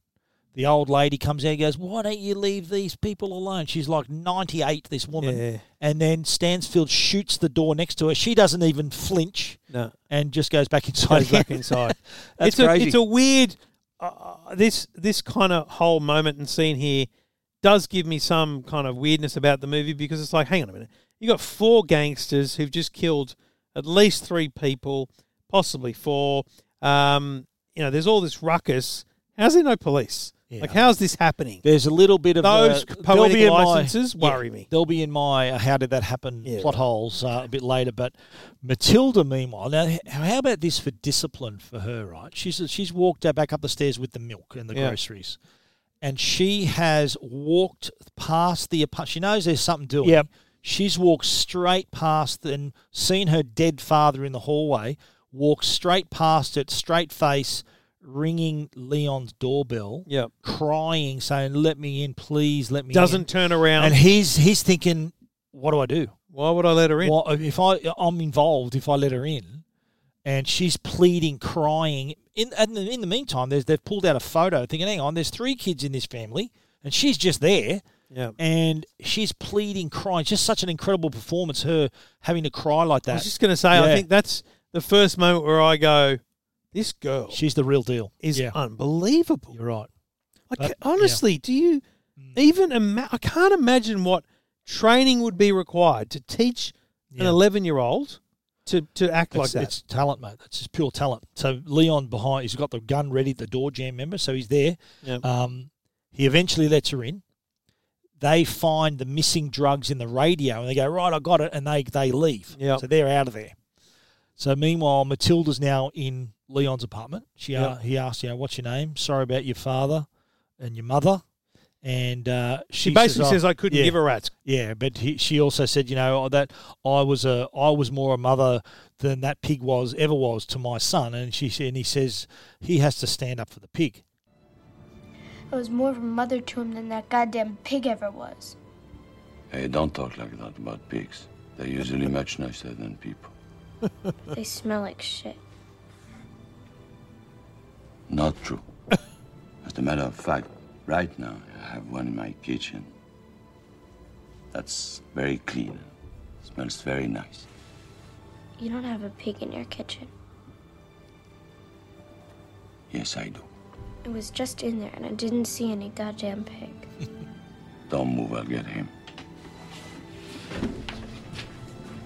S1: the old lady comes out and goes, Why don't you leave these people alone? She's like 98, this woman.
S2: Yeah.
S1: And then Stansfield shoots the door next to her. She doesn't even flinch
S2: No.
S1: and just goes back inside.
S2: Goes back
S1: again.
S2: inside.
S1: That's
S2: it's a
S1: crazy.
S2: it's a weird uh, this this kind of whole moment and scene here does give me some kind of weirdness about the movie because it's like, hang on a minute, you got four gangsters who've just killed at least three people, possibly four. Um, you know, there's all this ruckus. How's there no police? Like, how's this happening?
S1: There's a little bit of
S2: Those
S1: uh,
S2: poetic
S1: they'll be in my-
S2: licenses worry me.
S1: They'll be in my uh, how did that happen
S2: Yeah,
S1: plot holes uh, a bit later. But Matilda, meanwhile, now h- how about this for discipline for her? Right, she's she's walked uh, back up the stairs with the milk and the
S2: Yeah.
S1: groceries, and she has walked past the apart. She knows there's something doing.
S2: Yep.
S1: She's walked straight past and seen her dead father in the hallway. Walked straight past it, straight face, ringing Leon's doorbell
S2: Yeah.
S1: crying, saying, "Let me in, please, let me."
S2: Doesn't turn
S1: in.
S2: around.
S1: and he's he's thinking, "What do I do?
S2: Why would I let her in?
S1: Well, if I I'm involved, if I let her in, and she's pleading, crying. In and in the meantime, there's they've pulled out a photo, thinking, "Hang on, there's three kids in this family, and she's just there."
S2: Yeah.
S1: And she's pleading, crying. Just such an incredible performance. Her having to cry like that.
S2: I was just going to say, I
S1: Yeah.
S2: think that's the first moment where I go, this girl
S1: she's the real deal.
S2: is
S1: yeah,
S2: unbelievable.
S1: you're right.
S2: Like
S1: But- Mm.
S2: honestly, do you even ima- I can't imagine what training would be required to teach an
S1: Yeah.
S2: 11-year-old to to act like
S1: it's,
S2: that.
S1: it's talent, mate. That's just pure talent. So Leon behind, he's got the gun ready at the door jam, remember? So he's there.
S2: Yeah.
S1: Um, he eventually lets her in. They find the missing drugs in the radio and they go, right, I got it. And they, they leave.
S2: Yep.
S1: So they're out of there. So meanwhile, Matilda's now in Leon's apartment. She uh,
S2: Yep.
S1: He asks, you know, what's your name? Sorry about your father and your mother. And uh,
S2: she
S1: she,
S2: basically
S1: "Oh,
S2: says I couldn't
S1: yeah.
S2: give a rat's.
S1: Yeah, but he, she also said, you know, that I was a I was more a mother than that pig was ever was to my son, and she said- and he says he has to stand up for the pig.
S10: I was more of a mother to him than that goddamn pig ever was.
S9: Hey, don't talk like that about pigs. They're usually much nicer than people.
S10: They smell like shit.
S9: Not true. As a matter of fact, right now I have one in my kitchen. That's very clean. Smells very nice.
S10: You don't have a pig in your kitchen.
S9: Yes, I do.
S10: It was just in there and I didn't see any goddamn pig.
S9: Don't move, I'll get him.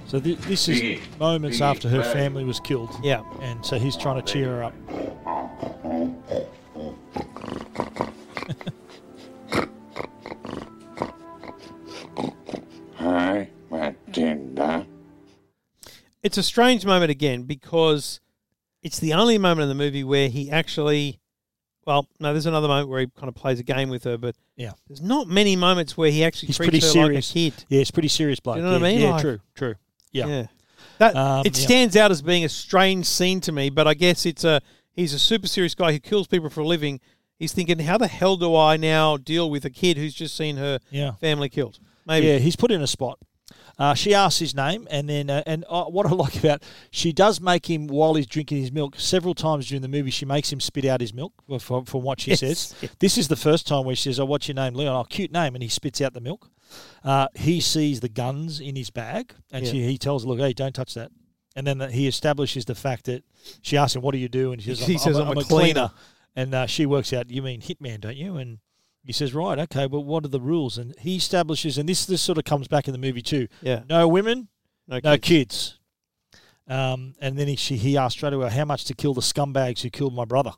S1: So th- this is
S9: Piggy,
S1: moments
S9: piggy,
S1: after her
S9: hey.
S1: family was killed.
S2: Yeah.
S1: and so he's trying to cheer her up.
S9: Hi, Matilda.
S2: It's a strange moment again because it's the only moment in the movie where he actually well, no, there's another moment where he kind of plays a game with her, but
S1: Yeah,
S2: there's not many moments where he actually
S1: he's
S2: treats
S1: pretty
S2: her
S1: serious.
S2: like a kid.
S1: Yeah, he's pretty serious bloke.
S2: You know what I
S1: Yeah,
S2: mean?
S1: Yeah,
S2: Like-
S1: true, true. Yeah.
S2: That
S1: Um,
S2: it
S1: yeah.
S2: stands out as being a strange scene to me, but I guess it's a he's a super serious guy who kills people for a living. He's thinking, how the hell do I now deal with a kid who's just seen her
S1: Yeah.
S2: family killed? Maybe.
S1: Yeah, he's put in a spot. Uh, she asks his name, and then uh, and uh, what I like about she does make him while he's drinking his milk several times during the movie. She makes him spit out his milk well, from, from what she
S2: Yes.
S1: says. This is the first time where she says, "Oh, what's your name, Leon?" Oh, cute name, and he spits out the milk. Uh, he sees the guns in his bag, and
S2: Yeah.
S1: she, he tells, her, "Look, hey, don't touch that." And then that he establishes the fact that she asks him, "What do you do?" And she says,
S2: He
S1: "I'm,
S2: says,
S1: I'm, a-
S2: "I'm
S1: I'm a cleaner." And uh, she works out, "You mean hitman, don't you?" And he says, "Right, okay, but what are the rules?" And he establishes, and this this sort of comes back in the movie too.
S2: Yeah.
S1: No women,
S2: No,
S1: no
S2: kids.
S1: kids. Um, and then he she, he asked straight away, "How much to kill the scumbags who killed my brother?"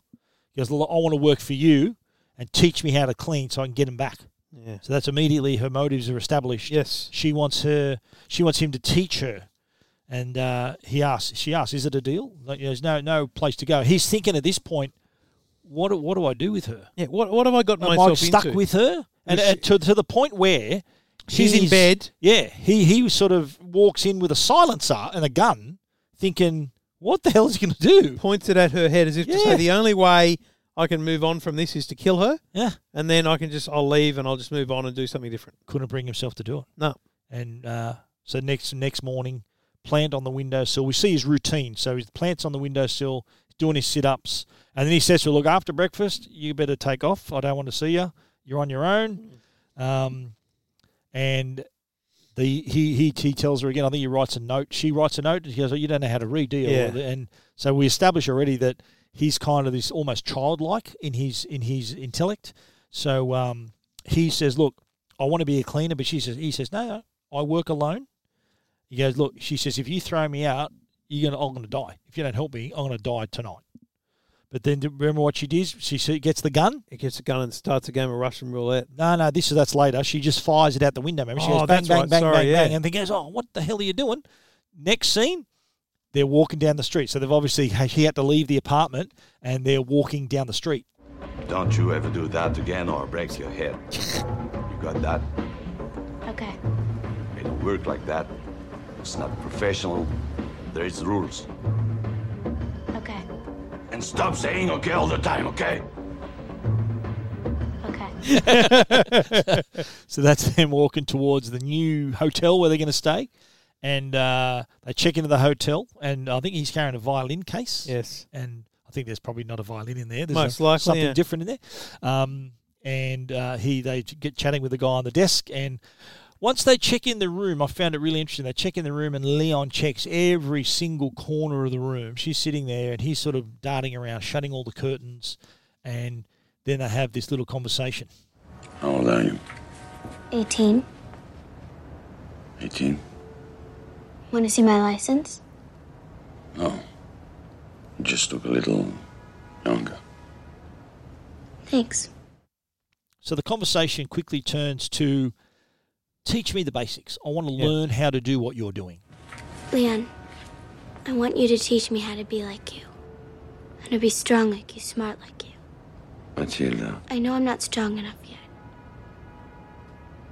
S1: He goes, "Look, "I want to work for you, and teach me how to clean so I can get him back."
S2: Yeah.
S1: So that's immediately her motives are established.
S2: Yes.
S1: She wants her. She wants him to teach her. And uh, he asks. She asks, "Is it a deal?" Like, there's no no place to go. He's thinking at this point, "What do- what do I do with her?
S2: Yeah. What, what have I got
S1: Am I
S2: myself
S1: stuck
S2: into?
S1: with her?" And
S2: Is
S1: uh,
S2: she-
S1: to to the point where
S2: She's in
S1: he's-
S2: bed.
S1: Yeah, he he sort of walks in with a silencer and a gun, thinking, What the hell is he going to do?
S2: Points it at her head as if to say,
S1: Yeah.
S2: the only way I can move on from this is to kill her.
S1: Yeah.
S2: And then I can just, I'll leave and I'll just move on and do something different.
S1: Couldn't bring himself to do it.
S2: No.
S1: And uh, so next next morning, plant on the windowsill. We see his routine. So his plant's on the windowsill, doing his sit ups. And then he says to her, Look, after breakfast, you better take off. I don't want to see you. You're on your own. Um, and the he, he he tells her again, I think he writes a note. She writes a note. And she goes, oh, You don't know how to read, do you?
S2: Yeah.
S1: And so we establish already that he's kind of this almost childlike in his in his intellect. So um, he says, Look, I want to be a cleaner, but she says, he says, no, no, I work alone. He goes, look, she says, if you throw me out, you're gonna, I'm gonna die. If you don't help me, I'm gonna die tonight. But then do you remember what she did? She s- gets the gun.
S2: He gets a gun and starts a game of Russian roulette.
S1: No, no, this is that's later. She just fires it out the window. Remember, she
S2: Oh,
S1: goes bang,
S2: that's
S1: bang,
S2: right.
S1: bang,
S2: Sorry,
S1: bang,
S2: yeah.
S1: bang, and then goes, oh, what the hell are you doing? Next scene, they're walking down the street. So they've obviously he had to leave the apartment, and they're walking down the street.
S9: Don't you ever do that again or break your head. You got that?
S10: Okay.
S9: It don't work like that. It's not professional. There is rules.
S10: Okay.
S9: And stop saying okay all the time, okay?
S1: so that's them walking towards the new hotel where they're going to stay. And uh, they check into the hotel, and I think he's carrying a violin case.
S2: Yes.
S1: And I think there's probably not a violin in there. There's
S2: Most
S1: a-
S2: likely,
S1: something
S2: yeah.
S1: different in there. Um, and uh, he they get chatting with the guy on the desk, and once they check in the room, I found it really interesting. They check in the room, and Leon checks every single corner of the room. She's sitting there, and he's sort of darting around, shutting all the curtains, and then they have this little conversation.
S9: How old are you?
S10: 18.
S9: 18?
S10: Want to see my license?
S9: No. Just look a little younger.
S10: Thanks.
S1: So the conversation quickly turns to teach me the basics. I want to
S2: Yeah.
S1: learn how to do what you're doing.
S10: Leon, I want you to teach me how to be like you. How to be strong like you, smart like you.
S9: Matilda,
S10: I know I'm not strong enough yet.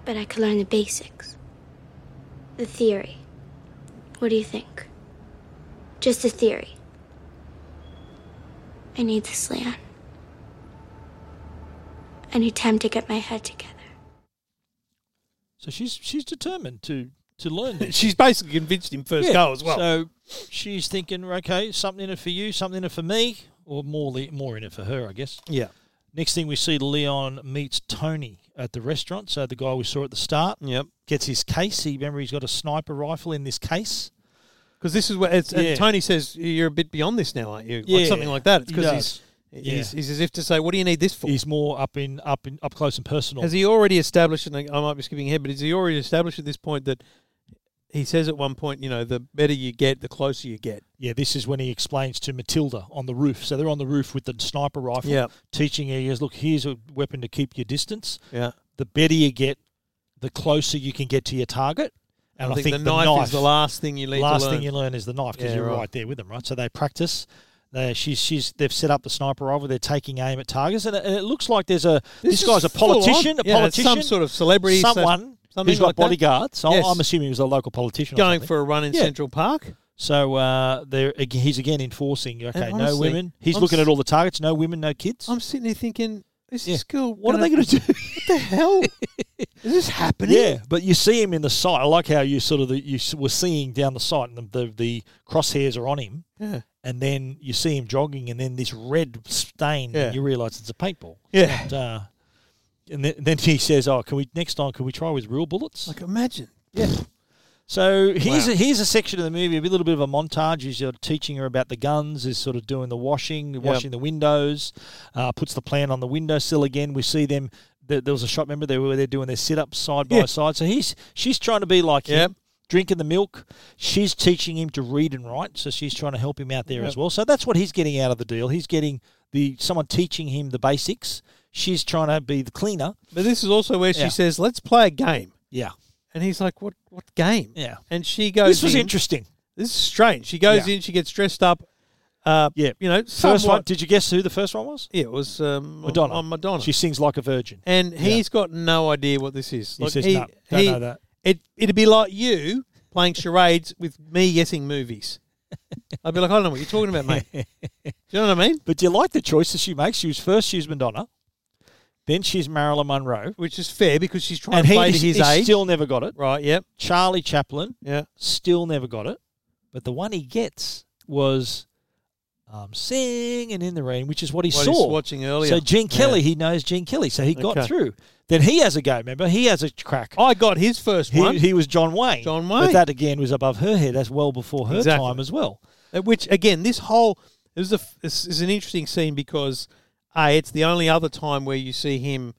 S10: But I could learn the basics. The theory. What do you think? Just a theory. I need this, Leon. I need time to get my head together.
S1: So she's she's determined to to learn this.
S2: She's basically convinced him first
S1: Yeah.
S2: go as well.
S1: So she's thinking, okay, something in it for you, something in it for me, or more li- more in it for her, I guess.
S2: yeah.
S1: Next thing we see, Leon meets Tony at the restaurant. So the guy we saw at the start
S2: Yep.
S1: gets his case. He remember he's got a sniper rifle in this case.
S2: Because this is where it's, and
S1: Yeah.
S2: Tony says, You're a bit beyond this now, aren't you?
S1: Yeah.
S2: Like something like that. It's
S1: He
S2: because
S1: does.
S2: he's, he's, he's as if to say, What do you need this for?
S1: He's more up in up in up close and personal.
S2: Has he already established, and I I might be skipping ahead, but has he already established at this point that he says at one point, you know, the better you get, the closer you get?
S1: Yeah, this is when he explains to Matilda on the roof. So they're on the roof with the sniper rifle,
S2: Yep.
S1: teaching her, he goes, look, here's a weapon to keep your distance.
S2: Yeah.
S1: The better you get, the closer you can get to your target. And I, think,
S2: the, knife, is the last thing you need
S1: last
S2: to learn.
S1: thing you learn is the knife because
S2: Yeah,
S1: you're right.
S2: right.
S1: there with them, right? So they practice. They, she's, she's, they've set up the sniper rifle. They're taking aim at targets, and it, and it looks like there's a this,
S2: is
S1: guy's a
S2: full on.
S1: politician, a
S2: Yeah, it's
S1: politician,
S2: some sort of celebrity, so-
S1: someone
S2: something
S1: who's got
S2: like that.
S1: bodyguards. So
S2: Yes.
S1: I'm assuming he was a local politician. or
S2: Going
S1: something.
S2: for a run in
S1: Yeah.
S2: Central Park.
S1: So uh, they're ag- he's again enforcing. Okay, no
S2: honestly,
S1: women. He's
S2: I'm
S1: looking
S2: s-
S1: at all the targets. No women, no kids.
S2: I'm sitting here thinking, Is
S1: Yeah.
S2: this girl.
S1: what are they going to do?
S2: What the hell? is this happening?
S1: yeah, but you see him in the sight. I like how you sort of the, you s- were seeing down the sight, and the, the the crosshairs are on him,
S2: Yeah.
S1: and then you see him jogging, and then this red stain,
S2: Yeah.
S1: and you realise it's a paintball.
S2: Yeah.
S1: And, uh, and then, then he says, "Oh, can we next time? Can we try with real bullets?"
S2: Like, imagine.
S1: So here's
S2: Wow.
S1: a, here's a section of the movie, a bit- little bit of a montage. He's sort of teaching her about the guns, is sort of doing the washing, washing the windows, uh, puts the plan on the windowsill again. We see them. There, there was a shot. Remember, they were they're doing their sit ups side by
S2: Yeah.
S1: side. So he's she's trying to be like
S2: Yep.
S1: him, drinking the milk. She's teaching him to read and write. So she's trying to help him out there as well. So that's what he's getting out of the deal. He's getting the someone teaching him the basics. She's trying to be the cleaner.
S2: But this is also where she
S1: Yeah.
S2: says, Let's play a game.
S1: Yeah,
S2: And he's like, What What game?
S1: yeah.
S2: And she goes,
S1: This was
S2: in-
S1: interesting.
S2: This is strange. She goes
S1: Yeah.
S2: in, she gets dressed up. Uh,
S1: Yeah.
S2: you know,
S1: First one.
S2: somewhat-
S1: Did you guess who the first one was?
S2: Yeah, it was um,
S1: Madonna.
S2: On Madonna.
S1: She sings like a virgin.
S2: and he's got no idea what this is.
S1: He says, "No, don't know that."
S2: It, it'd be like you playing charades with me guessing movies. I'd be like, I don't know what you're talking about, mate. Do you know what I mean?
S1: But do you like the choices she makes? She was first she's Madonna, then she's Marilyn Monroe,
S2: which is fair because she's trying
S1: and
S2: to
S1: he,
S2: play to
S1: just-
S2: his
S1: he
S2: age.
S1: still never got it.
S2: right, yep.
S1: Charlie Chaplin,
S2: Yeah.
S1: still never got it. But the one he gets was um, singing in the rain, which is what he
S2: What
S1: saw
S2: he's watching earlier.
S1: So Gene
S2: Yeah.
S1: Kelly, he knows Gene Kelly, so he got
S2: Okay.
S1: through. Then he has a go. Remember, he has a crack.
S2: I got his first one,
S1: He, he was John Wayne.
S2: John
S1: But
S2: Wayne.
S1: that again was above her head. That's well before her
S2: Exactly.
S1: time as well.
S2: uh, which again, this whole this is, a, f- this is an interesting scene because a it's the only other time where you see him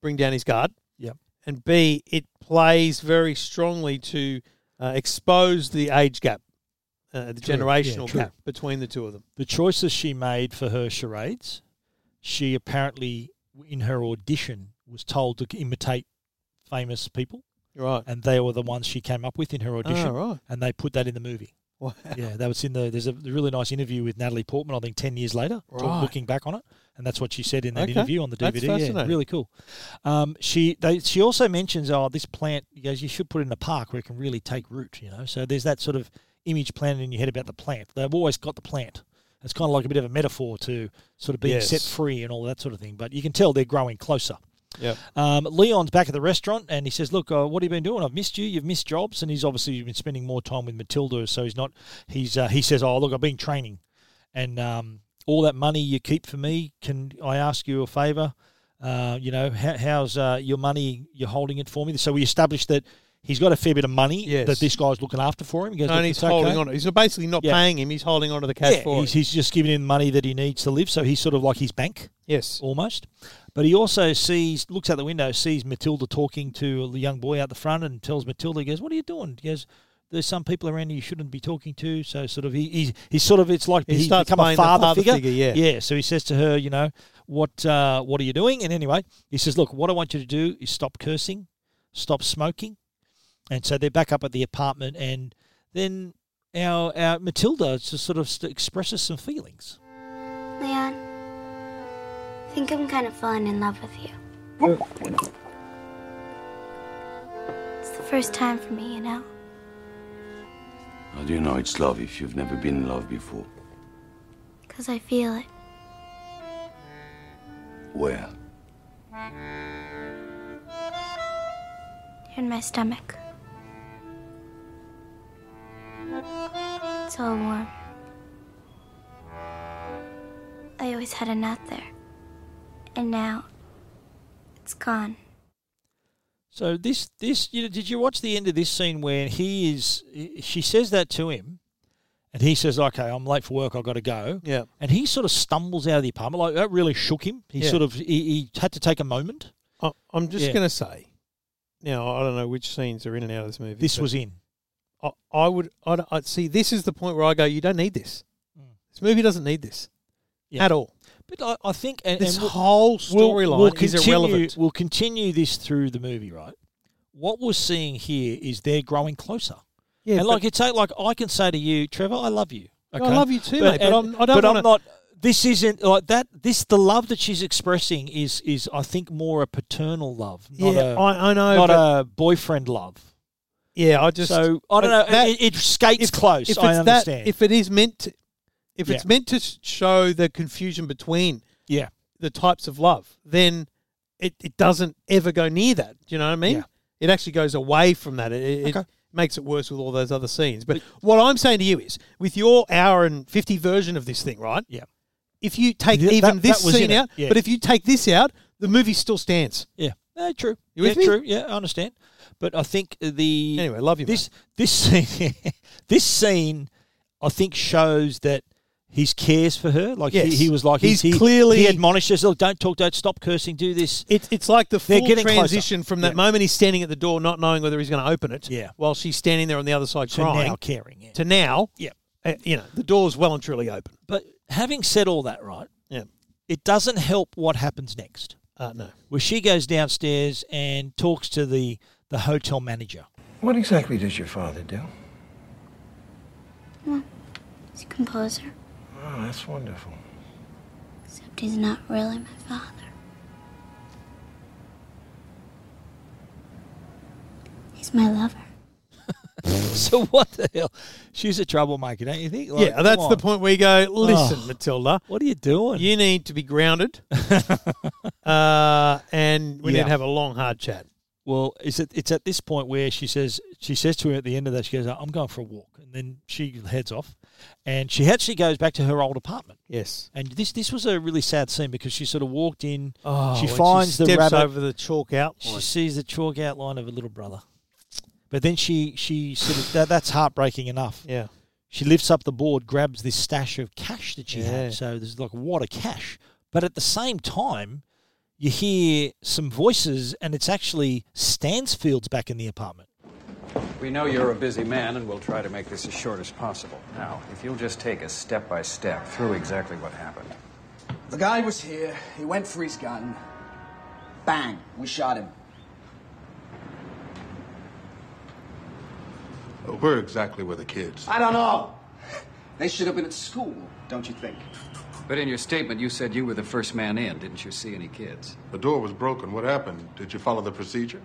S2: bring down his guard,
S1: Mm. Yep.
S2: and b it plays very strongly to uh, expose the age gap, uh, the
S1: True. Yeah,
S2: generational
S1: true.
S2: gap between the two of them.
S1: The choices she made for her charades, she apparently in her audition was told to imitate famous people,
S2: Right.
S1: and they were the ones she came up with in her audition,
S2: Oh, right.
S1: and they put that in the movie.
S2: Wow.
S1: Yeah, that was in the. There's a really nice interview with Natalie Portman. I think ten years later, talk-
S2: Right.
S1: looking back on it, and that's what she said in that
S2: Okay.
S1: interview on the
S2: That's
S1: DVD. Yeah,
S2: fascinating.
S1: really cool. Um, she they she also mentions oh this plant you guys you should put it in a park where it can really take root. You know, so there's that sort of image planted in your head about the plant. They've always got the plant. It's kind of like a bit of a metaphor to sort of being
S2: Yes.
S1: set free and all that sort of thing. But you can tell they're growing closer.
S2: Yep.
S1: Um, Leon's back at the restaurant and he says, "Look, uh, what have you been doing? I've missed you. You've missed jobs." And he's obviously been spending more time with Matilda, so he's not. He's uh, he says, "Oh, look, I've been training, and um, all that money you keep for me. Can I ask you a favour? Uh, you know, how, how's uh, your money? You're holding it for me." So we established that he's got a fair bit of money
S2: Yes.
S1: that this guy's looking after for him. He goes, "Look,
S2: and he's
S1: it's okay."
S2: holding on. He's basically not
S1: Yeah.
S2: paying him. He's holding on to the cash
S1: yeah,
S2: for
S1: he's,
S2: him.
S1: he's just giving him money that he needs to live. So he's sort of like his bank
S2: Yes.
S1: almost. But he also sees, looks out the window, sees Matilda talking to the young boy out the front, and tells Matilda, he "Goes, what are you doing?" He goes, "There's some people around you shouldn't be talking to." So sort of he he's, he's sort of it's like
S2: He
S1: he's
S2: starts
S1: become a
S2: playing the
S1: father,
S2: father
S1: figure.
S2: figure, yeah.
S1: yeah. So he says to her, "You know what? Uh, what are you doing?" And anyway, he says, "Look, what I want you to do is stop cursing, stop smoking." And so they're back up at the apartment, and then our, our Matilda just sort of st- expresses some feelings.
S10: Leon, I think I'm kind of falling in love with you. It's the first time for me, you know?
S9: How do you know it's love if you've never been in love before?
S10: Because I feel it.
S9: Where?
S10: in my stomach. It's all warm. I always had a knot there. And now it's gone.
S1: So this this you know, did you watch the end of this scene where he is she says that to him and he says okay I'm late for work I've got to go
S2: Yeah.
S1: and he sort of stumbles out of the apartment like that really shook him he
S2: Yeah.
S1: sort of he, he had to take a moment
S2: I, I'm just
S1: Yeah.
S2: going to say. Now I don't know which scenes are in and out of this movie.
S1: this
S2: but
S1: was in
S2: I, I would. I'd, I'd see. This is the point where I go. You don't need this. This movie doesn't need this
S1: Mm. Yeah.
S2: at all.
S1: but I, I think and,
S2: This
S1: and we'll-
S2: whole
S1: we'll-
S2: storyline
S1: we'll
S2: is
S1: continue-
S2: irrelevant.
S1: we'll continue this through the movie right what we're seeing here is they're growing closer
S2: Yeah,
S1: and
S2: but-
S1: like it's a- like I can say to you, Trevor, I love you.
S2: I love you too, mate, but I'm- I don't
S1: but
S2: wanna-
S1: I'm not. This isn't like that. This the love that she's expressing is is I think more a paternal love, not
S2: yeah,
S1: a
S2: I, I know.
S1: not
S2: but
S1: a boyfriend love.
S2: yeah, I just.
S1: so I don't know.
S2: that-
S1: it, it skates
S2: if-
S1: close.
S2: If it's
S1: I
S2: that-
S1: understand.
S2: if it is meant, to, if it's
S1: Yeah.
S2: meant to s- show the confusion between
S1: yeah,
S2: the types of love, then it, it doesn't ever go near that. Do you know what I mean?
S1: Yeah.
S2: It actually goes away from that. It, it, it
S1: Okay.
S2: makes it worse with all those other scenes. But, what I'm saying to you is, with your hour and 50 version of this thing, right?
S1: Yeah.
S2: If you take
S1: Th-
S2: even
S1: that-
S2: this
S1: that was
S2: scene
S1: in it,
S2: out,
S1: yeah.
S2: but if you take this out, the movie still stands.
S1: yeah, Eh, true.
S2: You with
S1: yeah,
S2: me?
S1: true. Yeah, I understand. But I think the
S2: Anyway, love you,
S1: This this scene, this scene, I think shows that his cares for her. Like
S2: Yes.
S1: he, he was like
S2: He's
S1: he,
S2: clearly-
S1: he admonished her. "Look, Don't talk. Don't stop cursing. Do this.
S2: It, it's like the
S1: They're
S2: full
S1: getting closer.
S2: transition from that
S1: Yeah.
S2: moment he's standing at the door, not knowing whether he's going to open it,
S1: Yeah.
S2: while she's standing there on the other side
S1: to
S2: crying,
S1: now caring. Yeah.
S2: to now,
S1: yeah.
S2: uh, you know, the door's well and truly open.
S1: But having said all that, right,
S2: Yeah.
S1: it doesn't help what happens next,
S2: Uh, no.
S1: where she goes downstairs and talks to the the hotel manager.
S11: What exactly does your father do?
S10: He's a composer,
S11: Oh, that's wonderful.
S10: except he's not really my father. He's my lover.
S1: so what the hell? She's a troublemaker, don't you think? Like,
S2: yeah, that's
S1: come
S2: the
S1: on.
S2: point where you go, listen,
S1: Oh.
S2: Matilda.
S1: What are you doing?
S2: You need to be grounded. uh, and we
S1: Yeah.
S2: need to have a long, hard chat.
S1: Well, is it? It's at this point where she says she says to her at the end of that she goes, "I'm going for a walk," and then she heads off, and she actually goes back to her old apartment.
S2: Yes.
S1: And this this was a really sad scene because she sort of walked in,
S2: Oh,
S1: she
S2: when
S1: finds the
S2: steps
S1: rabbit,
S2: over the chalk outline.
S1: she sees the chalk outline of her little brother, but then she she sort of that, that's heartbreaking enough.
S2: Yeah.
S1: She lifts up the board, grabs this stash of cash that she
S2: Yeah.
S1: had. So there's like a wad of cash. But at the same time, you hear some voices, and it's actually Stansfield's back in the apartment.
S12: We know you're a busy man, and we'll try to make this as short as possible. Now, if you'll just take us step by step through exactly what happened.
S13: The guy was here. He went for his gun. Bang. We shot him.
S14: Where exactly were the kids?
S13: I don't know. They should have been at school, don't you think?
S12: But in your statement, you said you were the first man in. Didn't you see any kids?
S14: The door was broken. What happened? Did you follow the procedure?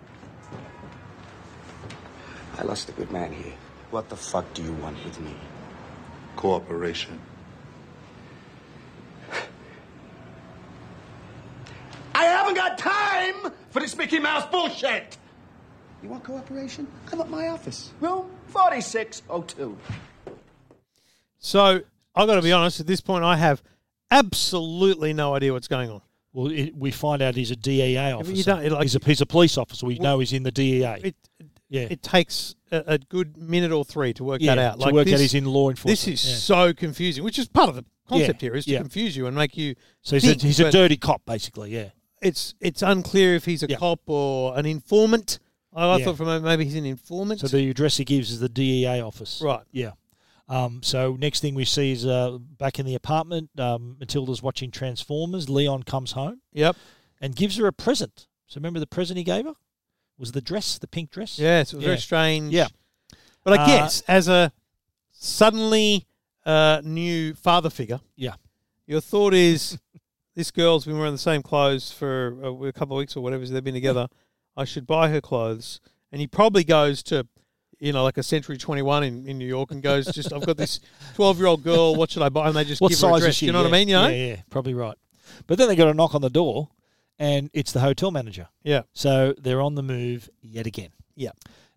S13: I lost a good man here. What the fuck do you want with me?
S14: Cooperation.
S13: I haven't got time for this Mickey Mouse bullshit! You want cooperation? Come at my office. Room 4602.
S2: So I've got to be honest, at this point, I have absolutely no idea what's going on.
S1: Well, it, we find out he's a DEA officer.
S2: you don't- like-
S1: he's, a, he's a police officer. We
S2: Well,
S1: know he's in the DEA.
S2: It,
S1: yeah.
S2: it takes a, a good minute or three to work that
S1: Yeah,
S2: out.
S1: to work out
S2: this-
S1: he's in law
S2: This
S1: enforcement,
S2: is
S1: yeah.
S2: so confusing, which is part of the concept
S1: Yeah,
S2: here, is to
S1: yeah.
S2: confuse you and make you.
S1: so he's a,
S2: think,
S1: he's a
S2: but
S1: dirty cop, basically, yeah.
S2: It's it's unclear if he's a cop or an informant. I, I
S1: Yeah.
S2: thought from maybe he's an informant.
S1: So the address he gives is the DEA office.
S2: Right.
S1: Yeah. Um, so next thing we see is uh, back in the apartment, um, Matilda's watching Transformers. Leon comes home.
S2: Yep.
S1: And gives her a present. So remember the present he gave her was the dress, the pink dress.
S2: Yes, it was very
S1: Yeah.
S2: strange.
S1: Yeah.
S2: But I
S1: Uh,
S2: guess as a suddenly uh, new father figure,
S1: Yeah.
S2: your thought is this girl's been wearing the same clothes for a, a couple of weeks or whatever, so they've been together. I should buy her clothes. And he probably goes to, you know, like a Century 21 in, in New York and goes, just, I've got this 12 year old girl, what should I buy? And they just
S1: What
S2: give her a
S1: size
S2: dress.
S1: is she?
S2: You know what
S1: Yeah,
S2: I mean? You know?
S1: Yeah, yeah, probably right. But then they got a knock on the door, and it's the hotel manager.
S2: Yeah.
S1: So they're on the move yet again.
S2: Yeah.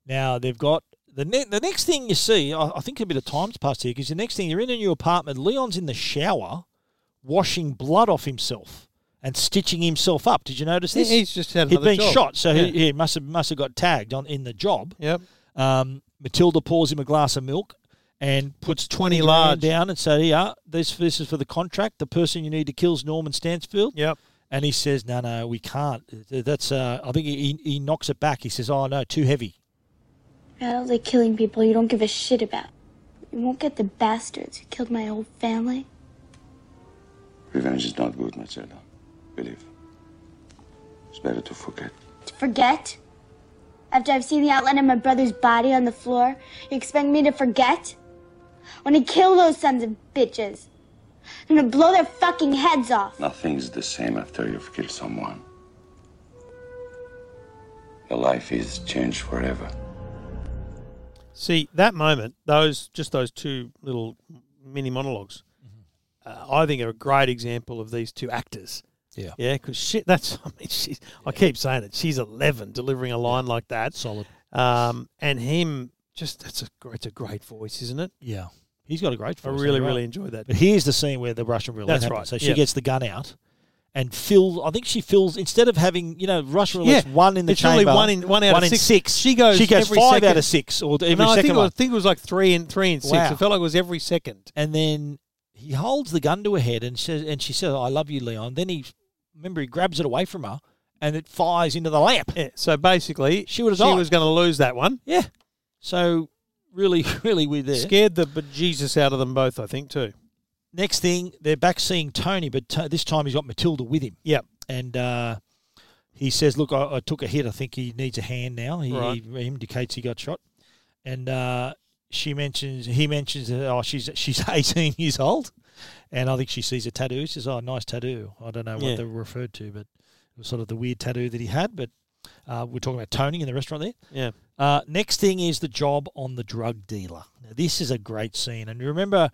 S1: Now they've got the ne- the next thing you see. I, I think a bit of time's passed here because the next thing you're in a new apartment. Leon's in the shower, washing blood off himself and stitching himself up. Did you notice
S2: He-
S1: this?
S2: he's just had
S1: he'd
S2: another
S1: been
S2: job.
S1: shot, so
S2: Yeah.
S1: he, he must have must have got tagged on in the job.
S2: Yep.
S1: Um, Matilda pours him a glass of milk and puts 20 grand
S2: large.
S1: down and says, yeah, this, this is for the contract. The person you need to kill is Norman Stansfield.
S2: Yep.
S1: And he says, no, no, we can't. That's, uh, I think he, he knocks it back. He says, oh, no, too heavy.
S10: Out of the killing people you don't give a shit about. You won't get the bastards who killed my whole family.
S9: Revenge is not good, Matilda. Believe. It's better to forget.
S10: To forget? After I've seen the outline of my brother's body on the floor, you expect me to forget? I'm gonna kill those sons of bitches. I'm gonna blow their fucking heads off.
S9: Nothing's the same after you've killed someone. Your life is changed forever.
S2: See that moment, those just those two little mini monologs uh, I think are a great example of these two actors.
S1: Mm-hmm. Yeah.
S2: yeah, because shit, that's I mean, she's. I keep saying it. She's eleven, delivering a line like that,
S1: solid.
S2: Um, and him, just that's a gr- it's a great voice, isn't it?
S1: Yeah. He's got a great
S2: I
S1: voice, eh?
S2: really,
S1: right?
S2: really enjoyed that.
S1: But here's the scene where the Russian roulette
S2: That's
S1: happens.
S2: right,
S1: So she
S2: yeah.
S1: gets the gun out and Phil, I think she fills, instead of having, you know, Russian
S2: Yeah,
S1: roulette's one in the
S2: it's
S1: chamber.
S2: only one in one out of six. She goes.
S1: She goes
S2: every
S1: five
S2: second.
S1: out of six or every
S2: no, I
S1: second
S2: think, it
S1: one.
S2: was, I think it was like three and three and six.
S1: Wow.
S2: It felt like it was every second.
S1: And then he holds the gun to her head and says, and she says, "I love you, Leon." Then he, remember, he grabs it away from her, and it fires into the lamp.
S2: Yeah. So basically,
S1: she would have
S2: she
S1: died.
S2: was going to lose that one.
S1: yeah. So really, really, we're there.
S2: Scared the bejesus out of them both, I think too.
S1: Next thing, they're back seeing Tony, but to- this time he's got Matilda with him.
S2: Yep.
S1: And uh, he says, "Look, I, I took a hit. I think he needs a hand now." He,
S2: Right.
S1: he indicates he got shot, and uh, she mentions he mentions that oh she's she's eighteen years old, and I think she sees a tattoo. She says, "Oh, nice tattoo." I don't know what
S2: Yeah.
S1: they were referred to, but it was sort of the weird tattoo that he had. But Uh, we're talking about toning in the restaurant there.
S2: Yeah.
S1: Uh, next thing is the job on the drug dealer. Now, this is a great scene, and remember,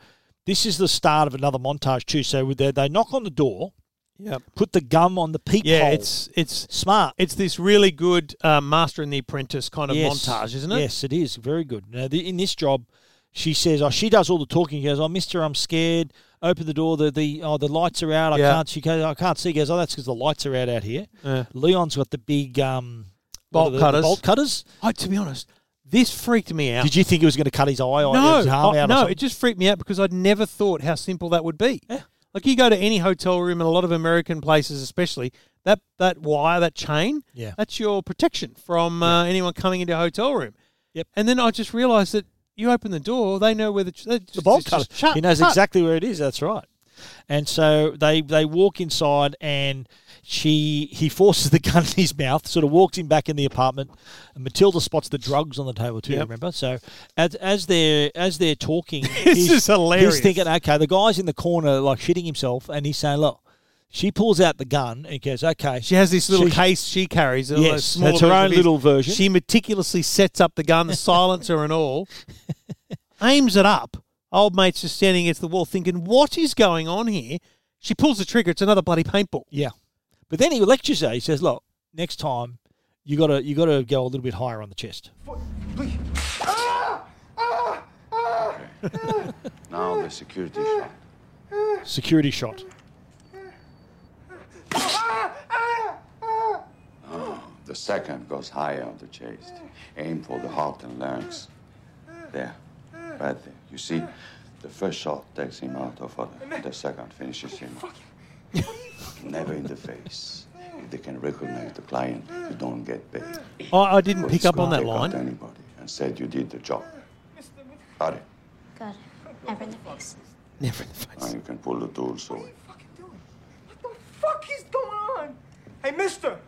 S1: this is the start of another montage too. So with the, they knock on the door,
S2: Yep.
S1: put the gum on the peephole.
S2: Yeah, it's it's
S1: smart.
S2: It's this really good uh, master and the apprentice kind of
S1: Yes.
S2: montage, isn't it?
S1: Yes, it is very good. Now, the, in this job, she says, "Oh, she does all the talking." She goes, "Oh, Mister, I'm scared. Open the door. The the oh, the lights are out. I
S2: Yeah.
S1: can't. She goes, I can't see." He goes, "Oh, that's because the lights are out out here."
S2: Yeah.
S1: Leon's got the big um what
S2: Bolt
S1: are the- the
S2: cutters.
S1: bolt cutters.
S2: Oh, to be honest, this freaked me out.
S1: Did you think it was going to cut his eye or
S2: no,
S1: his arm
S2: I-
S1: out? or
S2: no,
S1: something?
S2: it just freaked me out because I'd never thought how simple that would be. Like you go to any hotel room in a lot of American places, especially that that wire, that chain,
S1: Yeah.
S2: that's your protection from uh, anyone coming into a hotel room.
S1: Yep.
S2: And then I just realised that you open the door, they know where the ch-
S1: the bolt cutter.
S2: Shut,
S1: he knows
S2: shut.
S1: exactly where it is. That's right. And so they they walk inside, and she he forces the gun in his mouth, sort of walks him back in the apartment. And Matilda spots the drugs on the table too.
S2: Yep.
S1: Remember, so as as they're as they're talking,
S2: This
S1: he's,
S2: is hilarious.
S1: He's thinking, okay, the guy's in the corner like shitting himself, and he's saying, look. She pulls out the gun and goes, okay.
S2: She has this little
S1: She-
S2: case she carries. a
S1: Yes,
S2: smaller
S1: that's her
S2: version
S1: own
S2: of his.
S1: little version.
S2: She meticulously sets up the gun, the silencer and all, aims it up. Old mate's just standing against the wall thinking, what is going on here? She pulls the trigger. It's another bloody paintball.
S1: Yeah, but then he lectures her. He says, look, next time you gotta you gotta go a little bit higher on the chest.
S9: Now the security shot.
S1: Security shot.
S9: The second goes higher on the chest. Aim for the heart and lungs. There. Right there. You see, the first shot takes him out of order. The second finishes him off. Never in the face. If they can recognize the client, you don't get paid.
S2: I, I didn't pick
S9: Police
S2: up on
S9: could
S2: that
S9: take out
S2: line.
S9: Anybody and said you did the job. Got it.
S10: Good. Never in the face.
S2: Never in the face.
S9: Now you can pull the tools away.
S4: Fuck is going on? Hey, mister.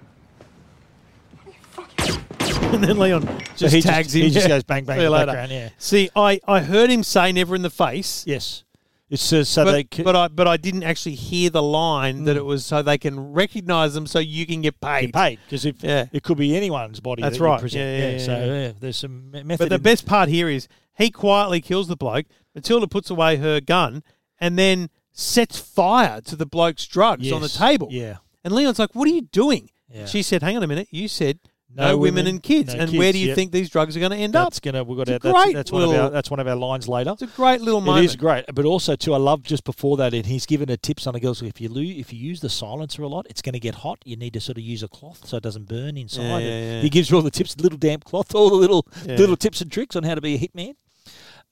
S2: and then Leon just
S1: he just-
S2: tags him.
S1: he just
S2: Yeah.
S1: goes bang, bang
S2: See you
S1: in the
S2: later.
S1: background, yeah.
S2: See, I, I heard him say never in the face.
S1: Yes. It's so, so
S2: but,
S1: they c-
S2: but I but I didn't actually hear the line that it was so they can recognise them so you can get paid.
S1: get paid because if
S2: Yeah.
S1: it could be anyone's body.
S2: That's
S1: that you
S2: right.
S1: present.
S2: Yeah, yeah, yeah,
S1: So
S2: yeah.
S1: yeah, there's some me- method.
S2: But the
S1: in-
S2: best part here is he quietly kills the bloke. Matilda puts away her gun and then sets fire to the bloke's drugs on the
S1: Yes,
S2: table.
S1: yeah.
S2: And Leon's like, "What are you doing?"
S1: Yeah.
S2: She said, "Hang on a minute. You said
S1: No
S2: no, women,
S1: women,
S2: and kids.
S1: no
S2: and where
S1: kids,
S2: do you
S1: yep.
S2: think these drugs are going to end
S1: That's
S2: up?"
S1: gonna we've got
S2: It's a
S1: our, that's,
S2: great
S1: that's one of our
S2: little-
S1: that's one of our lines later.
S2: It's a great little
S1: It
S2: moment.
S1: is great, but also too, I love just before that, and he's given a tips on the girls. If you lose, if you use the silencer a lot, it's going to get hot. You need to sort of use a cloth so it doesn't burn inside.
S2: Yeah,
S1: And
S2: yeah, yeah.
S1: He gives you all the tips, little damp cloth, all the little
S2: Yeah.
S1: little tips and tricks on how to be a hitman.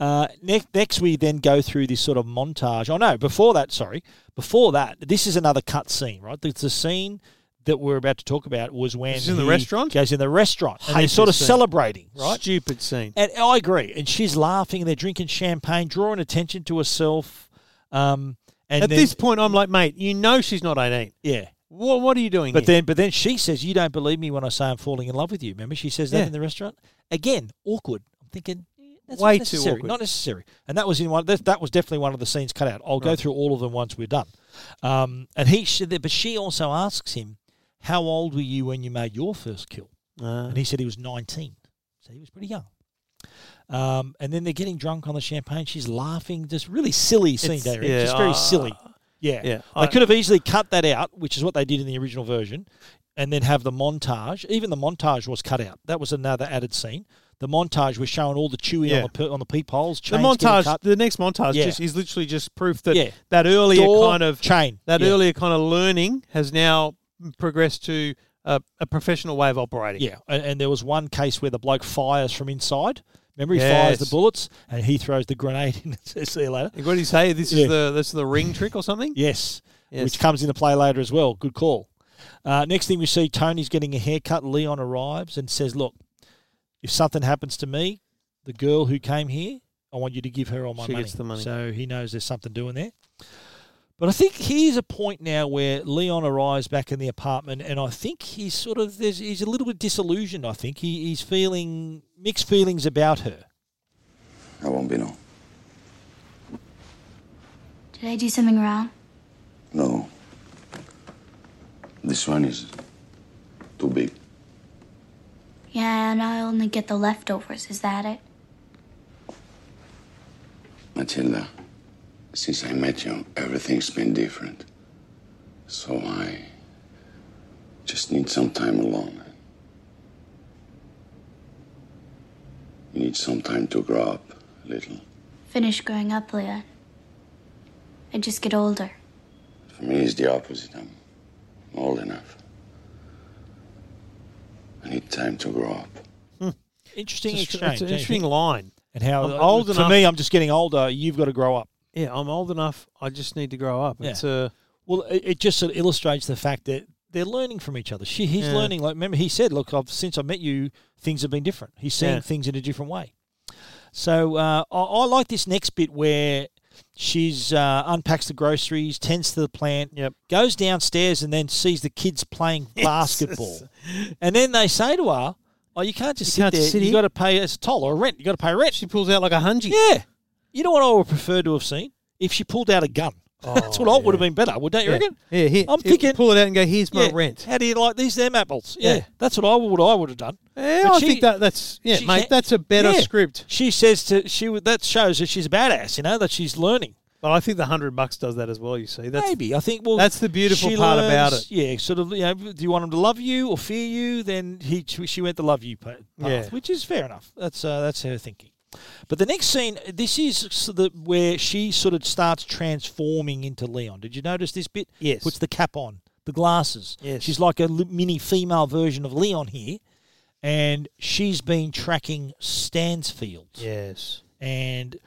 S1: Uh, next, next we then go through this sort of montage. Oh no, before that, sorry, before that, this is another cut scene, right? It's the scene that we're about to talk about was when
S2: It's in the
S1: he
S2: restaurant?
S1: Goes in the restaurant and
S2: Hate
S1: they're sort of
S2: this scene.
S1: celebrating, right?
S2: Stupid scene.
S1: And I agree. And she's laughing and they're drinking champagne, drawing attention to herself. Um, and
S2: At
S1: then-
S2: this point, I'm like, mate, you know she's not 18.
S1: yeah.
S2: What, what are you doing
S1: But
S2: here?
S1: then, but then she says, "You don't believe me when I say I'm falling in love with you." Remember, she says that
S2: Yeah.
S1: in the restaurant again. Awkward. I'm thinking eh, that's
S2: Way
S1: not
S2: too
S1: necessary.
S2: awkward.
S1: Not necessary. And that was in one. That, that was definitely one of the scenes cut out. I'll go through all of them once we're done. Um, and he, she, but she also asks him, "How old were you when you made your first kill?"
S2: Ah.
S1: And he said he was 19, so he was pretty young. Um, and then they're getting drunk on the champagne. She's laughing, just really silly scene,
S2: It's-
S1: Derek.
S2: yeah,
S1: Just very
S2: uh,
S1: silly. Yeah.
S2: yeah,
S1: They
S2: I-
S1: could have easily cut that out, which is what they did in the original version, and then have the montage. Even the montage was cut out. That was another added scene. The montage was showing all the chewing
S2: Yeah.
S1: on the pe- on the peepholes.
S2: the
S1: chains getting
S2: montage,
S1: cut.
S2: the next montage,
S1: Yeah.
S2: just, is literally just proof that
S1: Yeah.
S2: that earlier
S1: Door,
S2: kind of
S1: chain.
S2: that
S1: Yeah.
S2: earlier kind of learning has now progressed to a, a professional way of operating.
S1: Yeah, and, and there was one case where the bloke fires from inside. Remember, he fires the
S2: Yes.
S1: bullets and he throws the grenade in and says, "See you later."
S2: Like, What do you say? This
S1: Yeah.
S2: is the this is the ring trick or something?
S1: Yes,
S2: Yes.
S1: which comes into play later as well. Good call. Uh, next thing we see, Tony's getting a haircut. Leon arrives and says, "Look, if something happens to me, the girl who came here, I want you to give her all my
S2: She
S1: money.
S2: gets the money.
S1: So he knows there's something doing there. But I think here's a point now where Leon arrives back in the apartment, and I think he's sort of there's he's a little bit disillusioned. I think he, he's feeling mixed feelings about her.
S9: I won't be long.
S10: Did I do something wrong?
S9: No. This one is too big.
S10: Yeah, and I only get the leftovers. Is that it?
S9: Matilda, since I met you, everything's been different. So I just need some time alone. You need some time to grow up a little.
S10: Finish growing up, Leon. I just get older.
S9: For me, it's the opposite. I'm old enough. I need time to grow up.
S1: Interesting
S2: It's a-
S1: exchange.
S2: It's an
S1: don't you
S2: interesting
S1: think?
S2: line.
S1: And how
S2: I'm old
S1: for
S2: enough-
S1: me, I'm just getting older. You've got to grow up.
S2: Yeah, I'm old enough. I just need to grow up.
S1: Yeah.
S2: It's a
S1: Well, it, it just sort of illustrates the fact that they're learning from each other. She, he's
S2: Yeah.
S1: learning. Like remember, he said, "Look, I've, since I met you, things have been different." He's seeing
S2: Yeah.
S1: things in a different way. So uh, I, I like this next bit where she's uh, unpacks the groceries, tends to the plant,
S2: Yep.
S1: goes downstairs, and then sees the kids playing basketball. and then they say to her, "Oh, you can't just sit
S2: You can't
S1: there.
S2: sit
S1: you
S2: here."
S1: got to pay us a toll or a rent. You got to pay rent."
S2: she pulls out like a hungy.
S1: Yeah. You know what I would prefer to have seen? If she pulled out a gun. That's what I would have been better. Would don't you
S2: Oh, Yeah.
S1: reckon?
S2: Yeah, here,
S1: I'm
S2: here,
S1: thinking.
S2: pull it out and go. Here's my
S1: yeah,
S2: rent.
S1: How do you like these them apples? Yeah,
S2: Yeah.
S1: that's what I would. I would have done.
S2: Yeah,
S1: But
S2: I
S1: she-
S2: think that that's yeah,
S1: she
S2: mate.
S1: ha-
S2: that's a better
S1: yeah.
S2: script.
S1: She says to she would- that shows that she's a badass. You know that she's learning.
S2: But I think the hundred bucks does that as well. You see, that's
S1: Maybe I think. Well,
S2: that's the beautiful
S1: she
S2: part about
S1: learns-
S2: it.
S1: Yeah, sort of. You know, do you want him to love you or fear you? Then he she went the love you pa- path,
S2: Yeah.
S1: which is fair enough. That's uh, that's her thinking. But the next scene, this is s- the, where she sort of starts transforming into Leon. Did you notice this bit?
S2: Yes.
S1: Puts the cap on, the glasses.
S2: Yes.
S1: She's like a li- mini female version of Leon here, and she's been tracking Stansfield
S2: Yes,
S1: and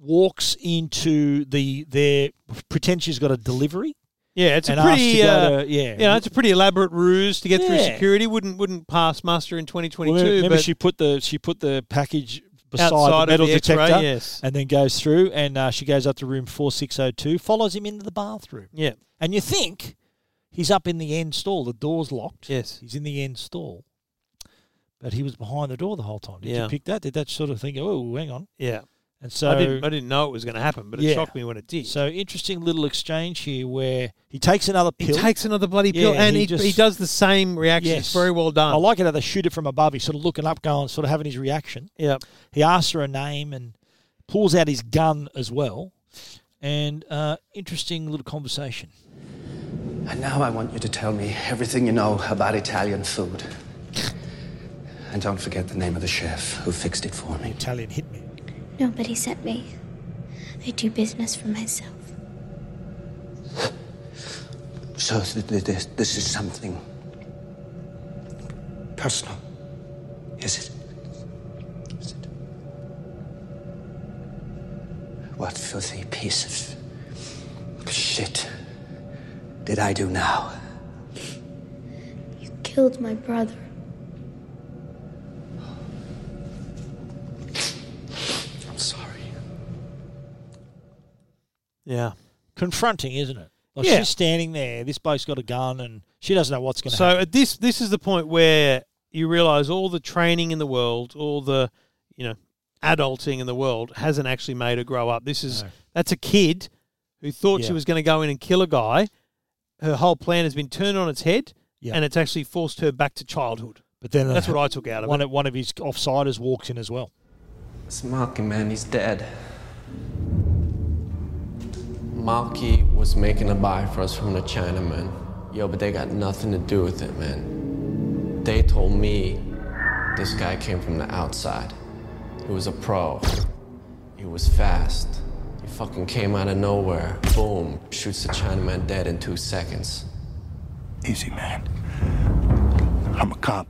S1: walks into the their pretends she's got a delivery.
S2: yeah. It's a
S1: And asked
S2: pretty
S1: to go
S2: uh,
S1: to- yeah.
S2: You know, it's a pretty elaborate ruse to get through
S1: Yeah.
S2: security. Wouldn't wouldn't pass muster in twenty twenty
S1: Well, remember-
S2: two.
S1: Remember,
S2: But
S1: she put the she put the package beside
S2: Outside
S1: the
S2: of
S1: metal
S2: the X-ray,
S1: detector,
S2: yes.
S1: and then goes through, and uh, she goes up to room four six zero two, follows him into the bathroom,
S2: yeah,
S1: and you think he's up in the end stall, the door's locked,
S2: yes.
S1: he's in the end stall, but he was behind the door the whole time. Did
S2: Yeah.
S1: you pick that? Did that sort of thing? Oh, hang on.
S2: Yeah.
S1: And so
S2: I didn't I didn't know it was going to happen, but it
S1: Yeah.
S2: shocked me when it did.
S1: So interesting little exchange here where he takes another
S2: he
S1: pill.
S2: takes another bloody pill,
S1: Yeah,
S2: and
S1: he
S2: he,
S1: just-
S2: he does the same reaction. It's very well done.
S1: I like it how they shoot it from above. He's sort of looking up, going, sort of having his reaction.
S2: yeah,
S1: He asks her a name and pulls out his gun as well. And uh, interesting little conversation.
S15: And now I want you to tell me everything you know about Italian food. And don't forget the name of the chef who fixed it for me.
S1: Italian hitman.
S10: Nobody sent me. I do business for myself.
S15: So th- th- this, this is something personal, is it? Is it? What filthy piece of shit did I do now?
S10: Killed my brother.
S15: I'm sorry.
S2: yeah.
S1: Confronting, isn't it? Like
S2: Yeah.
S1: she's standing there. This bloke's got a gun and she doesn't know what's going to
S2: So
S1: happen.
S2: at this this is the point where you realise all the training in the world, all the you know adulting in the world hasn't actually made her grow up. This is
S1: No.
S2: that's a kid who thought she
S1: Yeah.
S2: was going to go in and kill a guy. Her whole plan has been turned on its head,
S1: Yeah.
S2: and it's actually forced her back to childhood.
S1: But then
S2: That's what I took out of
S1: one
S2: it.
S1: of, one of his offsiders walks in as well.
S16: It's Malky, man. He's dead. Malky was making a buy for us from the Chinaman. Yo, but they got nothing to do with it, man. They told me this guy came from the outside. He was a pro. He was fast. He fucking came out of nowhere. Boom. Shoots the Chinaman dead in two seconds.
S11: Easy, man. I'm a cop.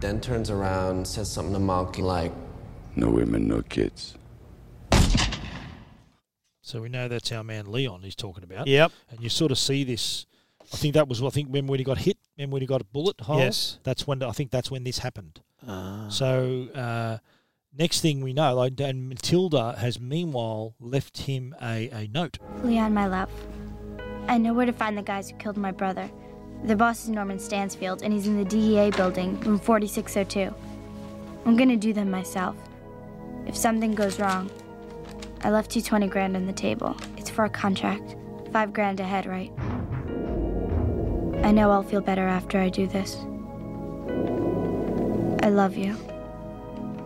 S16: Then turns around, says something to Malky like,
S9: No women, no kids.
S1: So we know that's our man Leon he's talking about.
S2: Yep.
S1: And you sort of see this. I think that was, I think, when, when he got hit, when, when he got a bullet hole.
S2: Yes. Ah.
S1: That's when, I think that's when this happened. So uh, next thing we know, like, and Matilda has meanwhile left him a, a note.
S10: Leon, my love. I know where to find the guys who killed my brother. Their boss is Norman Stansfield, and he's in the DEA building, room 4602. I'm gonna do them myself. If something goes wrong, I left you 20 grand on the table. It's for a contract. Five grand ahead, right? I know I'll feel better after I do this. I love you.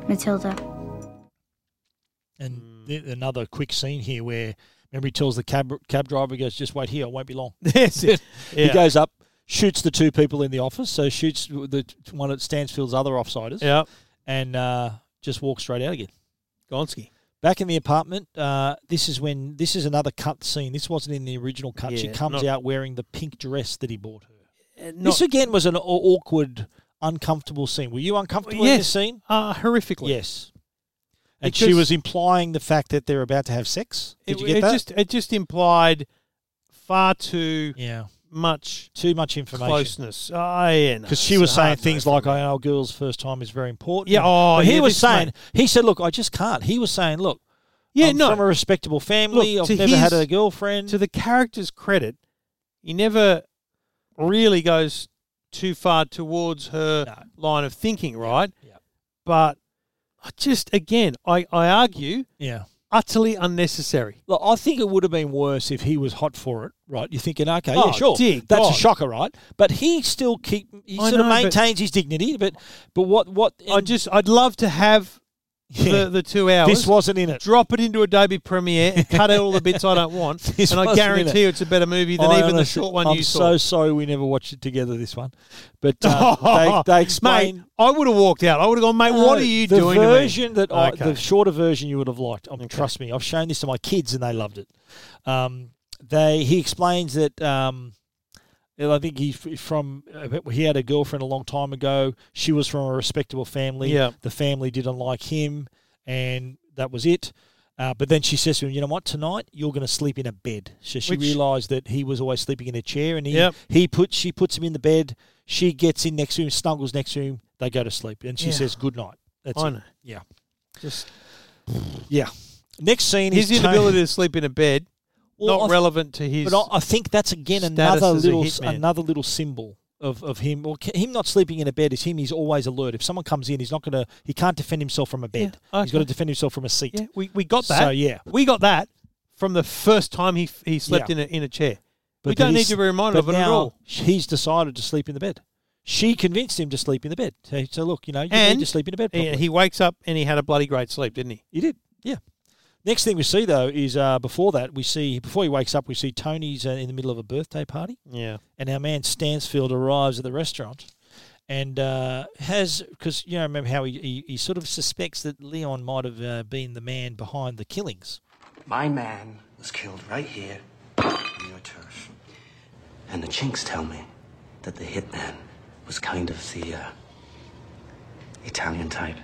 S10: Matilda.
S2: Hmm.
S1: And th- another quick scene here where remember he tells the cab cab driver, he goes, "Just wait here, I won't be long."
S2: That's it.
S1: He
S2: Yeah.
S1: goes up, shoots the two people in the office, so shoots the one at Stansfield's other offsiders.
S2: Yep.
S1: and uh, just walks straight out again.
S2: Gonski.
S1: Back in the apartment, uh, this is when this is another cut scene. This wasn't in the original cut. she
S2: Yeah,
S1: comes
S2: not-
S1: out wearing the pink dress that he bought her.
S2: not-
S1: this again was an aw- awkward, uncomfortable scene. Were you uncomfortable in this
S2: Yes.
S1: scene?
S2: Uh, horrifically.
S1: Yes. And she
S2: Because-
S1: was implying the fact that they're about to have sex. Did
S2: it,
S1: you get
S2: it
S1: that?
S2: Just, it just implied far too
S1: yeah.
S2: much
S1: Too much information.
S2: closeness. Oh, yeah. no,
S1: Because she
S2: it's
S1: was
S2: a
S1: saying
S2: hard no
S1: things
S2: for
S1: like, uh,
S2: me.
S1: "I know a girl's first time is very important."
S2: Yeah, oh,
S1: But he
S2: yeah,
S1: was
S2: this
S1: saying,
S2: mate.
S1: he said, "Look, I just can't." He was saying, "Look,
S2: Yeah,
S1: I'm
S2: no.
S1: from a respectable family.
S2: Look,
S1: I've
S2: to
S1: never had
S2: his-
S1: a girlfriend."
S2: To the character's credit, he never really goes too far towards her line of thinking, right? But I just, again, I, I argue
S1: yeah.
S2: utterly unnecessary.
S1: Look, I think it would have been worse if he was hot for it, right? You're thinking, okay,
S2: Oh,
S1: yeah, sure,
S2: dear
S1: that's
S2: God.
S1: a shocker, right? But he still keep he
S2: I
S1: sort of
S2: know, but-
S1: maintains his dignity. But but what what
S2: I just, I'd love to have
S1: Yeah.
S2: the, the two hours.
S1: this wasn't in it.
S2: Drop it into Adobe Premiere and cut out all the bits I don't want,
S1: This
S2: and I
S1: wasn't in it.
S2: guarantee you it's a better movie than
S1: I
S2: even the
S1: honestly-
S2: short one
S1: I'm
S2: you saw.
S1: so sorry we never watched it together. This one, but uh, they, they explain.
S2: Mate, I would have walked out. I would have gone, mate, what
S1: No,
S2: are you
S1: the
S2: doing
S1: version
S2: to me?
S1: that I,
S2: Okay.
S1: the shorter version you would have liked. Um, Trust me, I've shown this to my kids and they loved it. Um, they he explains that um, I think he f- from uh, he had a girlfriend a long time ago. She was from a respectable family.
S2: Yeah.
S1: the family didn't like him, and that was it. Uh, but then she says to him, "You know what? Tonight you're going to sleep in a bed." So she
S2: Which-
S1: realised that he was always sleeping in a chair, and he
S2: Yep.
S1: he puts she puts him in the bed. She gets in next to him, snuggles next to him. They go to sleep, and she
S2: Yeah.
S1: says, "Good night." That's
S2: I
S1: it.
S2: know.
S1: Yeah,
S2: Just
S1: yeah. Next scene
S2: his
S1: is Tony-
S2: inability to sleep in a bed,
S1: Well, I
S2: not
S1: th-
S2: relevant to his.
S1: But I, I think that's again
S2: status
S1: another
S2: as a
S1: little
S2: hitman.
S1: another little symbol of, of him. Well, ca- him not sleeping in a bed is him. He's always alert. If someone comes in, he's not going to. He can't defend himself from a bed. He's got to
S2: okay.
S1: defend himself from a seat.
S2: Yeah, we, we got that.
S1: So, yeah.
S2: we got that from the first time he he slept
S1: Yeah.
S2: in a in a chair.
S1: But
S2: we don't
S1: that
S2: need
S1: is-
S2: to be reminded
S1: but
S2: of it at
S1: now
S2: all.
S1: He's decided to sleep in the bed. She convinced him to sleep in the bed. So, so look, you know, you
S2: and
S1: need to sleep in a bed.
S2: he-
S1: properly.
S2: he wakes up and he had a bloody great sleep, didn't he?
S1: He did. Yeah. Next thing we see though is uh, before that we see before he wakes up we see Tony's uh, in the middle of a birthday party
S2: Yeah.
S1: and our man Stansfield arrives at the restaurant and uh, has because you know remember how he, he, he sort of suspects that Leon might have uh, been the man behind the killings.
S11: My man was killed right here on your turf. And the chinks tell me that the hitman was kind of the uh, Italian type.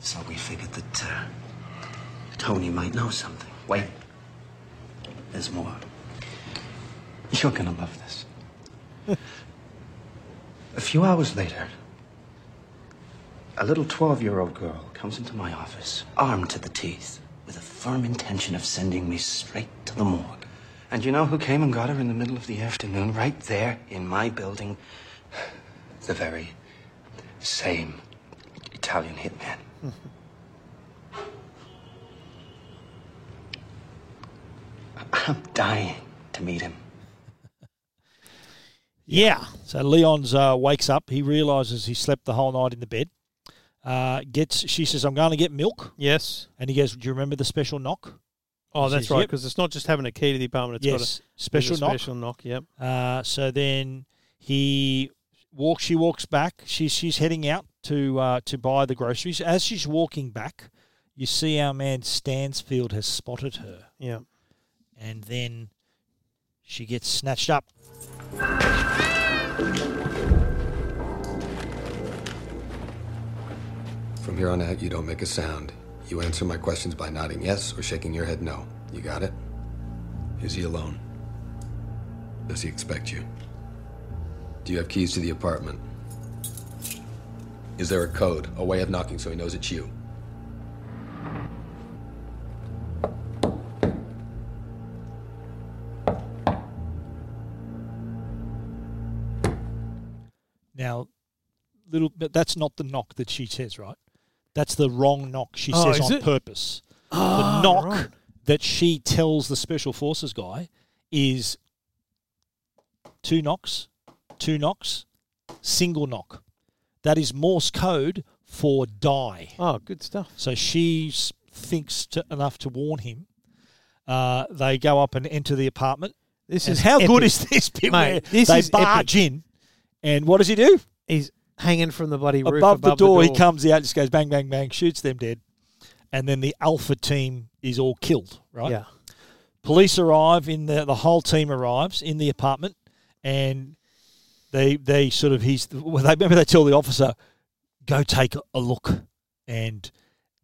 S11: So we figured that uh, Tony might know something. Wait, there's more. You're gonna love this. A few hours later, a little 12 year old girl comes into my office, armed to the teeth, with a firm intention of sending me straight to the morgue. And you know who came and got her in the middle of the afternoon, right there in my building? The very same Italian hitman. I'm dying to meet him.
S2: Yeah.
S1: So Leon's uh, wakes up. He realizes he slept the whole night in the bed. Uh, gets she says I'm going to get milk
S2: Yes.
S1: and he goes Do you remember the special knock?
S2: Oh,
S1: He
S2: that's
S1: says,
S2: right.
S1: "Yep."
S2: Because it's not just having a key to the apartment. It's got a
S1: Yes,
S2: there's
S1: special
S2: a
S1: knock.
S2: Special knock. Yep.
S1: Uh, so then he walks. She walks back. She's she's heading out to uh, to buy the groceries. As she's walking back, you see our man Stansfield has spotted her,
S2: Yeah.
S1: and then she gets snatched up.
S15: From here on out, you don't make a sound. You answer my questions by nodding yes or shaking your head no. You got it? Is he alone? Does he expect you? Do you have keys to the apartment? Is there a code, a way of knocking so he knows it's you?
S1: Now, little but that's not the knock that she says, right? That's the wrong knock she
S2: Oh,
S1: says
S2: is
S1: on
S2: it?
S1: purpose.
S2: Ah,
S1: the knock
S2: right.
S1: that she tells the special forces guy is two knocks, two knocks, single knock. That is Morse code for die.
S2: Oh, good stuff.
S1: So she s- thinks to, enough to warn him. Uh, they go up and enter the apartment.
S2: This
S1: And
S2: is
S1: how good
S2: epic.
S1: is this bit?
S2: Mate,
S1: where
S2: this
S1: they
S2: is
S1: barge in, and what does he do?
S2: He's hanging from the bloody roof
S1: above, the, door, He comes out, just goes bang, bang, bang, shoots them dead, and then the alpha team is all killed. Right?
S2: Yeah.
S1: Police arrive in the the whole team arrives in the apartment, and they they sort of he's well, they remember they tell the officer, go take a look, and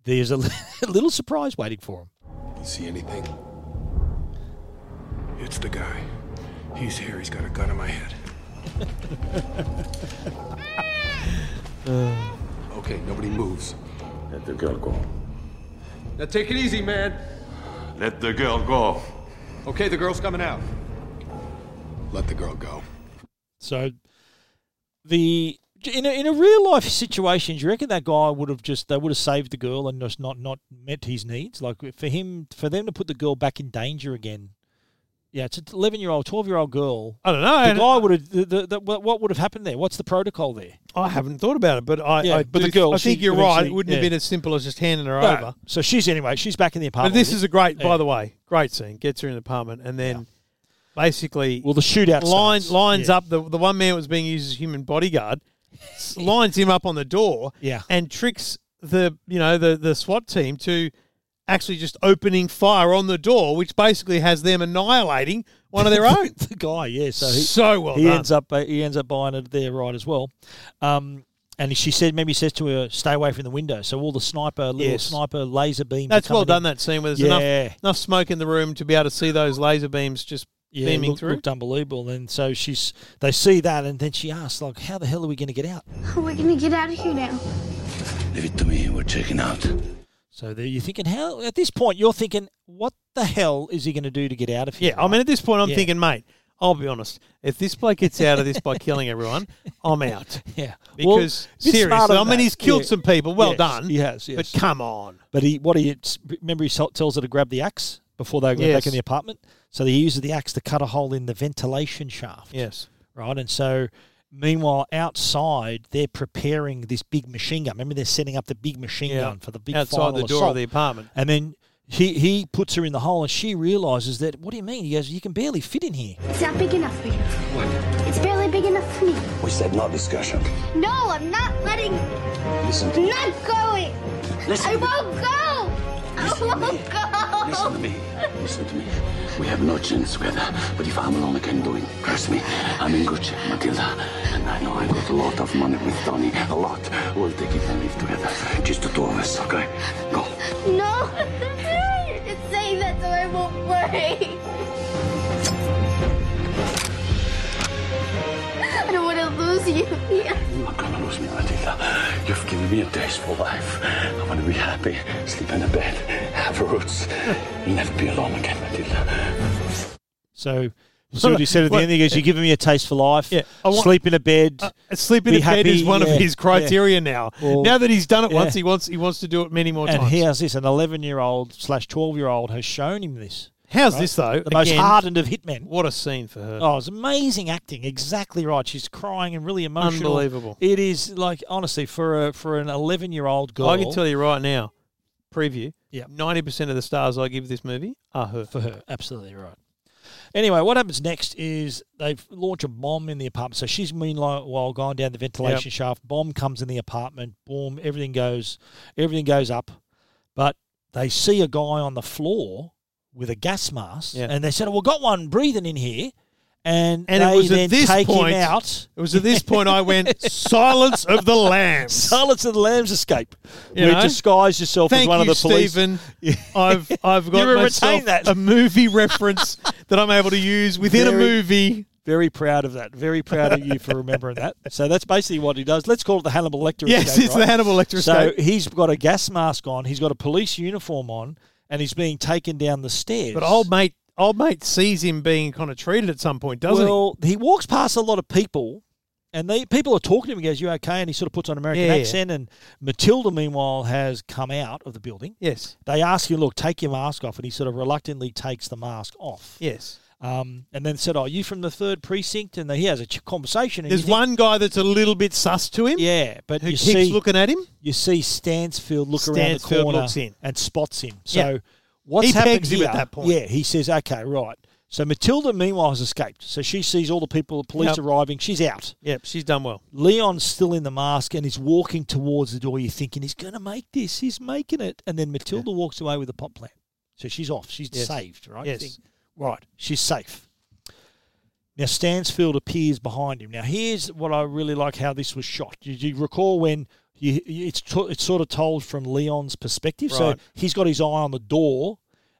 S1: there's a little surprise waiting for him.
S14: You see anything? It's the guy. He's here. He's got a gun in my head.
S15: Okay, nobody moves.
S9: Let the girl go.
S8: Now take it easy, man.
S9: Let the girl go.
S8: Okay, the girl's coming out.
S15: Let the girl go.
S1: So the in a, in a real life situation, do you reckon that guy would have just they would have saved the girl and just not not met his needs? Like for him, for them to put the girl back in danger again. Yeah, it's an eleven year old, twelve year old girl.
S2: I don't know.
S1: The guy would have. The, the, the, what what would have happened there? What's the protocol there?
S2: I haven't thought about it, but I,
S1: Yeah,
S2: I
S1: but
S2: do-
S1: the girl,
S2: I think
S1: she
S2: you're right.
S1: eventually-
S2: It wouldn't have
S1: yeah.
S2: been as simple as just handing her
S1: No.
S2: over.
S1: So she's anyway. She's back in the apartment.
S2: But this
S1: with
S2: is
S1: it.
S2: a great,
S1: Yeah.
S2: by the way, great scene. Gets her in the apartment, and then basically,
S1: Well, the shootout
S2: line,
S1: starts.
S2: lines
S1: Yeah.
S2: up the the one man was being used as human bodyguard, s- lines him up on the door,
S1: Yeah.
S2: and tricks the you know the the SWAT team to actually just opening fire on the door, which basically has them annihilating one of their own.
S1: the guy. Yeah, so he,
S2: So well
S1: he
S2: done.
S1: ends up he ends up buying it there right as well. Um, and she said maybe says to her, "Stay away from the window." So all the sniper little
S2: Yes.
S1: sniper laser beams. are
S2: That's well
S1: coming
S2: done.
S1: in.
S2: That scene where there's
S1: Yeah.
S2: enough enough smoke in the room to be able to see those laser beams just beaming
S1: looked,
S2: through.
S1: looked unbelievable. And so she's they see that, and then she asks, like, "How the hell are we going to get out?"
S10: Oh, We're gonna get out of here now.
S9: Leave it to me. We're checking out.
S1: So there you're thinking, how at this point you're thinking, what the hell is he going to do to get out of here?
S2: Yeah, I mean, at this point, I'm
S1: Yeah.
S2: thinking, mate, I'll be honest. If this bloke gets out of this by killing everyone, I'm out.
S1: Yeah. Well,
S2: Because
S1: a bit smarter
S2: seriously, I
S1: than
S2: mean,
S1: that.
S2: he's killed
S1: Yeah.
S2: some people. Well
S1: Yes,
S2: done.
S1: He has. Yes.
S2: But come on.
S1: But he, what he remember he sol- tells her to grab the axe before they go
S2: Yes.
S1: back in the apartment. So he uses the axe to cut a hole in the ventilation shaft.
S2: Yes.
S1: Right, and so meanwhile outside they're preparing this big machine gun. Remember they're setting up the big machine
S2: Yeah.
S1: gun for the big
S2: Outside the
S1: final
S2: door
S1: assault.
S2: of the apartment.
S1: And then he he puts her in the hole, and she realizes that. What do you mean? He goes, you can barely fit in here.
S10: It's not big enough for you. It's barely big enough for me.
S9: We said no discussion.
S10: No, I'm not letting.
S9: Listen
S10: I'm not going.
S9: Listen
S10: I
S9: to me.
S10: won't go. I won't go.
S9: Listen to me. Listen to me. We have no chance together. But if I'm alone, I can do it. Trust me. I'm in good shape, Matilda. And I know I got a lot of money with Tony. A lot. We'll take it and live together. Just the two of us, okay? Go.
S10: No. You can say that so I won't worry. I don't want to lose you.
S9: You're not gonna lose me, Matilda. You've given me a taste for life. I wanna be happy, sleep in a bed, have roots. You'll never be alone again, Matilda.
S1: So. So what he said at the
S2: Well,
S1: end, he goes, "You giving me a taste for life.
S2: Yeah, I want-
S1: sleep in a bed.
S2: Uh, sleeping
S1: be
S2: in bed is
S1: happy,
S2: one
S1: yeah,
S2: of his
S1: yeah.
S2: criteria now.
S1: Well,
S2: now that he's done it
S1: yeah.
S2: once, he wants he wants to do it many more
S1: and
S2: times.
S1: here's this: an 11 year old slash 12 year old has shown him this.
S2: How's
S1: right?
S2: this though?
S1: The most
S2: Again,
S1: hardened of hitmen.
S2: What a scene for her.
S1: Oh, it's amazing acting. Exactly right. She's crying and really emotional.
S2: Unbelievable.
S1: It is like honestly for a for an 11 year old girl.
S2: I can tell you right now, preview.
S1: Yeah.
S2: ninety percent of the stars I give this movie are her.
S1: for her. Absolutely right. Anyway, what happens next is they launch a bomb in the apartment. So she's meanwhile while gone down the ventilation
S2: Yep.
S1: shaft. Bomb comes in the apartment. Boom! Everything goes, everything goes up. But they see a guy on the floor with a gas mask,
S2: Yeah.
S1: and they said, "Oh, we've got one breathing in here." And,
S2: And
S1: they
S2: it was
S1: then
S2: at this
S1: take
S2: point.
S1: him out.
S2: It was at this point I went silence of the lambs.
S1: Silence of the Lambs escape.
S2: You
S1: where
S2: know?
S1: disguise yourself as
S2: Thank
S1: one
S2: you,
S1: of the police.
S2: Stephen. I've I've got
S1: You retain
S2: myself
S1: that.
S2: a movie reference that I'm able to use within a
S1: Very-
S2: movie.
S1: Very proud of that. Very proud of you for remembering that. So that's basically what he does. Let's call it the Hannibal Lecter
S2: Yes,
S1: escape.
S2: it's
S1: right?
S2: the Hannibal Lecter
S1: So
S2: escape.
S1: he's got a gas mask on. He's got a police uniform on, and he's being taken down the stairs.
S2: But old mate, old mate sees him being kind of treated at some point, doesn't
S1: well, he? walks past a lot of people, and they people are talking to him. He goes, "You okay?" And he sort of puts on an American
S2: Yeah.
S1: accent. And Matilda, meanwhile, has come out of the building.
S2: he? Yes,
S1: They ask him, "Look, take your mask off," and he sort of reluctantly takes the mask off.
S2: yes.
S1: Um, and then said, "Oh, you from the third precinct?" And then he has a ch- conversation. And
S2: There's
S1: you think-
S2: one guy that's a little bit sus to him.
S1: yeah, but
S2: who
S1: you
S2: keeps
S1: see,
S2: looking at him.
S1: You see Stansfield look around the
S2: Stansfield
S1: corner
S2: looks in.
S1: and spots him. So
S2: Yeah.
S1: what's
S2: He
S1: happened
S2: pegs him at
S1: here-
S2: that point.
S1: Yeah, he says, "Okay, right." So Matilda, meanwhile, has escaped. So she sees all the people, the police
S2: Yep.
S1: arriving. She's out.
S2: Yep, she's done well.
S1: Leon's still in the mask and he's walking towards the door. You're thinking he's going to make this. He's making it. And then Matilda walks away with a pop lamp. So she's off. She's
S2: Yes.
S1: saved, right?
S2: Yes.
S1: Think, right. She's safe. Now Stansfield appears behind him. Now here's what I really like how this was shot. Do you recall when you, you- it's to, it's sort of told from Leon's perspective?
S2: Right.
S1: So he's got his eye on the door,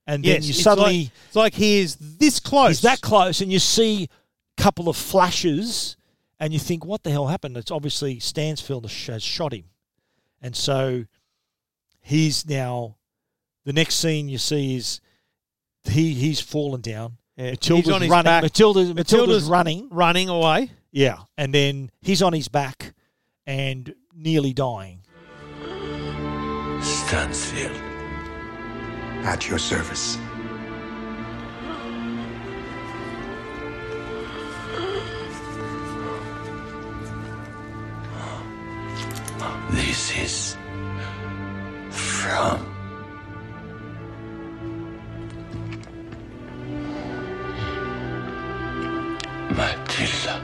S1: and then
S2: Yes,
S1: you
S2: it's
S1: suddenly
S2: like- it's like he is this close.
S1: He's that close, and you see a couple of flashes, and you think, "What the hell happened?" It's obviously Stansfield has sh- has shot him, and so he's now. The next scene you see is he he's fallen down.
S2: Yeah,
S1: Matilda's
S2: he's on his
S1: running.
S2: back.
S1: Matilda, Matilda's, running.
S2: running away.
S1: Yeah, and then he's on his back and nearly dying.
S13: Stansfield. At your service.
S17: This is from Matilda.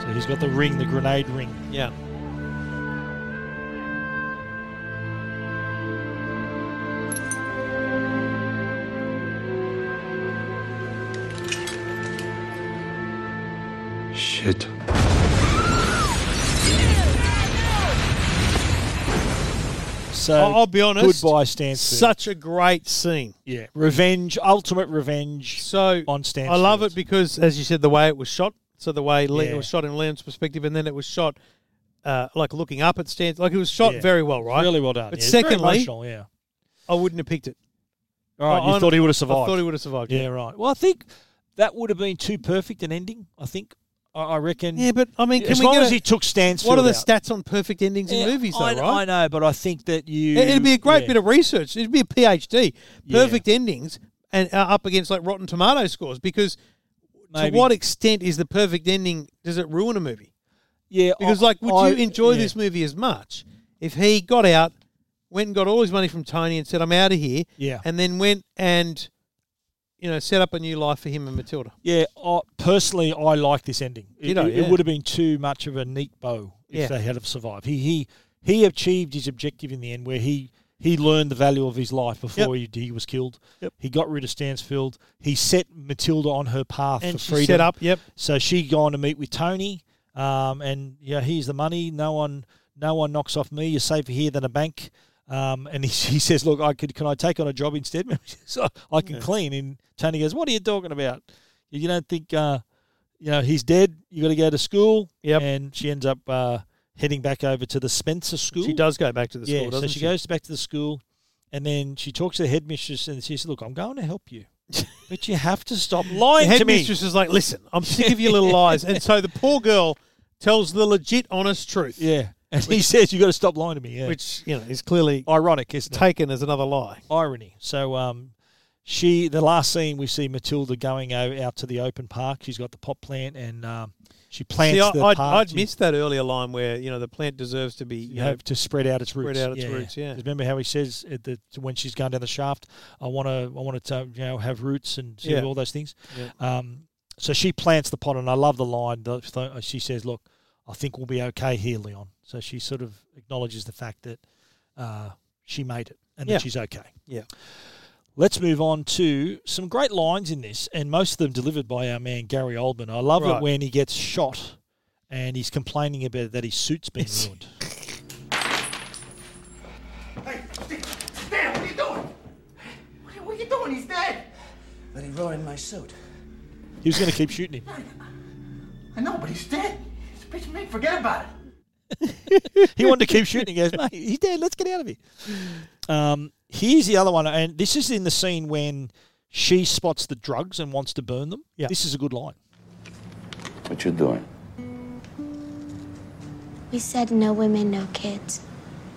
S1: So he's got the ring, the grenade ring.
S2: Yeah.
S17: Shit.
S1: So
S2: I'll, I'll be honest.
S1: Goodbye, Stansfield.
S2: Such a great scene.
S1: yeah, revenge, ultimate revenge.
S2: So
S1: on Stansfield,
S2: I love it because, as you said, the way it was shot. So the way Le-
S1: Yeah.
S2: it was shot in Liam's perspective, and then it was shot uh, like looking up at Stans. Like it was shot
S1: Yeah.
S2: very well, right?
S1: Really well done.
S2: But
S1: yeah. It's very
S2: secondly,
S1: emotional, yeah.
S2: I wouldn't have picked it.
S1: All right, you
S2: I-
S1: thought he would
S2: I
S1: have survived.
S2: thought he would have survived.
S1: Yeah, right. Well, I think that would have been too perfect an ending. I think I, I reckon.
S2: Yeah, but I mean, can
S1: as
S2: we
S1: long
S2: get
S1: as
S2: a-
S1: he took Stansfield.
S2: What are the
S1: out.
S2: stats on perfect endings
S1: Yeah,
S2: in movies, though?
S1: I,
S2: right?
S1: I know, but I think that you.
S2: It- It'd be a great
S1: yeah.
S2: bit of research. It'd be a PhD.
S1: Yeah.
S2: Perfect endings and uh, up against like Rotten Tomato scores because
S1: Maybe.
S2: to what extent is the perfect ending? Does it ruin a movie?
S1: Yeah,
S2: Because
S1: I-
S2: like, would
S1: Oh, I-
S2: you enjoy
S1: yeah.
S2: this movie as much if he got out, went and got all his money from Tony and said, "I'm out of here,"
S1: Yeah.
S2: and then went and you know set up a new life for him and Matilda?
S1: Yeah, I, personally, I like this ending. It,
S2: You know,
S1: it-
S2: yeah.
S1: it would have been too much of a neat bow if
S2: Yeah.
S1: they had have survived. He he he achieved his objective in the end, where he he learned the value of his life before he, he was killed.
S2: Yep.
S1: He got rid of Stansfield. He set Matilda on her path
S2: And
S1: for
S2: she
S1: freedom.
S2: set up, yep.
S1: So she gone to meet with Tony, um, and yeah, here's the money. No one, no one knocks off me. You're safer here than a bank. Um, and he, he says, "Look, I could. Can I take on a job instead? so I can clean." And Tony goes, "What are you talking about? You don't think, uh, you know, he's dead? You got to go to school."
S2: Yep.
S1: And she ends up uh, heading back over to the Spencer School.
S2: She does go back to the school,
S1: yeah, so
S2: doesn't
S1: she
S2: she?
S1: goes back to the school, and then she talks to the headmistress, and she says, "Look, I'm going to help you, but you have to stop lying
S2: the
S1: to me."
S2: headmistress is like, "Listen, I'm sick of your little lies," and so the poor girl tells the legit, honest truth.
S1: Yeah. And he says, you got to stop lying to me. Yeah.
S2: which you know is clearly
S1: ironic, isn't it?
S2: taken as another lie.
S1: Irony. So, um, she, the last scene we see Matilda going o- out to the open park. She's got the pot plant and um, she plants
S2: See, I,
S1: the
S2: I'd,
S1: park.
S2: I'd
S1: to-
S2: missed that earlier line where you know the plant deserves to be
S1: you
S2: you
S1: know,
S2: know
S1: to spread out its
S2: spread
S1: roots.
S2: out its roots, yeah.
S1: 'Cause Remember how he says at the, when she's going down the shaft, I want to, I want to, you know, have roots and sort of
S2: Yeah.
S1: all those things.
S2: Yeah.
S1: Um, so she plants the pot, and I love the line. the- so She says, "Look, I think we'll be okay here, Leon." So she sort of acknowledges the fact that uh, she made it and
S2: Yeah.
S1: that she's okay.
S2: yeah
S1: Let's move on to some great lines in this, and most of them delivered by our man Gary Oldman. I love it
S2: Right.
S1: when he gets shot and he's complaining about that his suit's been ruined.
S13: Stan, what are you doing? What are, what are you doing? He's dead.
S18: But he ruined my suit.
S1: He was going to keep shooting him.
S13: I know, but he's dead. He's a bitch mate. Forget about it.
S1: he wanted to keep shooting. He goes, mate, he's dead. Let's get out of here. Um, here's the other one, and this is in the scene when she spots the drugs and wants to burn them. Yeah. This is a good line.
S9: What you doing?
S10: We said no women, no kids.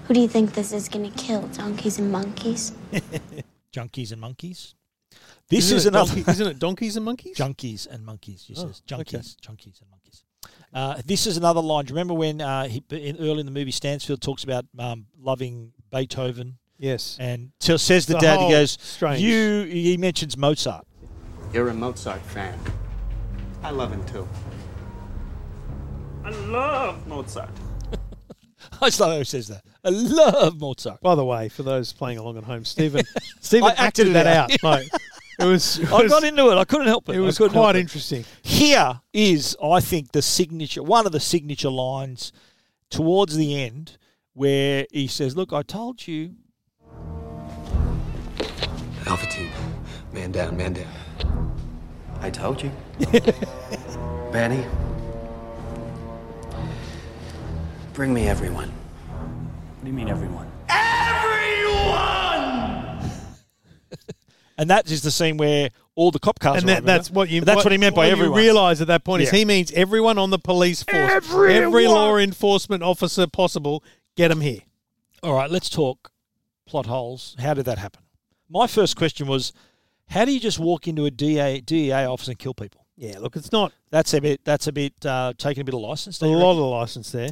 S10: Who do you think this is gonna kill? Donkeys and monkeys?
S1: Junkies and monkeys. This
S2: Isn't
S1: is
S2: it
S1: another.
S2: donkey- isn't it donkeys and monkeys?
S1: Junkies and monkeys. She
S2: Oh,
S1: says junkies,
S2: okay.
S1: junkies and monkeys. Uh, this is another line. Do you remember when uh, he, in, early in the movie Stansfield talks about um, loving Beethoven?
S2: Yes.
S1: and t- says the,
S2: The
S1: dad.
S2: whole
S1: He goes,
S2: strange.
S1: "You." He mentions Mozart.
S8: You're a Mozart fan. I love him too.
S19: I love Mozart.
S1: I just love who says that. I love Mozart.
S2: By the way, for those playing along at home, Stephen, Stephen
S1: I
S2: acted,
S1: acted it
S2: that
S1: out.
S2: out. Like, it was. it
S1: I
S2: was-
S1: got into it. I couldn't help it.
S2: It
S1: I
S2: was
S1: couldn't help
S2: quite
S1: it.
S2: interesting.
S1: Here is, I think, the signature one of the signature lines towards the end where he says, "Look, I told you."
S17: Alpha team, man down, man down. I told you.
S18: Benny, bring me everyone. What do you mean, everyone?
S1: And that is the scene where all the cop cars.
S2: And
S1: are
S2: that,
S1: on,
S2: that's
S1: remember?
S2: what you.
S1: That's what, he meant by everyone.
S2: You realise at that point is
S1: Yeah.
S2: he means everyone on the police force, every
S1: Everyone.
S2: law enforcement officer possible. Get him here.
S1: All right, let's talk plot holes. How did that happen? My first question was, how do you just walk into a DA DEA office and kill people?
S2: Yeah, look, it's not
S1: That's a bit. That's a bit uh, taking a bit of license.
S2: a lot of license there.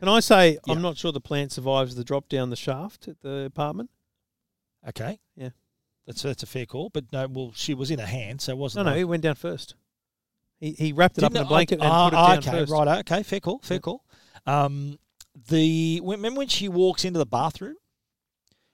S2: Can I say I'm not sure the plant survives the drop down the shaft at the apartment?
S1: Okay,
S2: Yeah.
S1: that's that's a fair call. But no, well, she was in a hand, so it
S2: No,
S1: wasn't.
S2: no, he went down first. He, he wrapped it up in a
S1: Didn't-
S2: blanket and
S1: ah,
S2: put it down
S1: okay,
S2: first.
S1: right. Okay, fair call. Fair call. Um, the when- remember when she walks into the bathroom,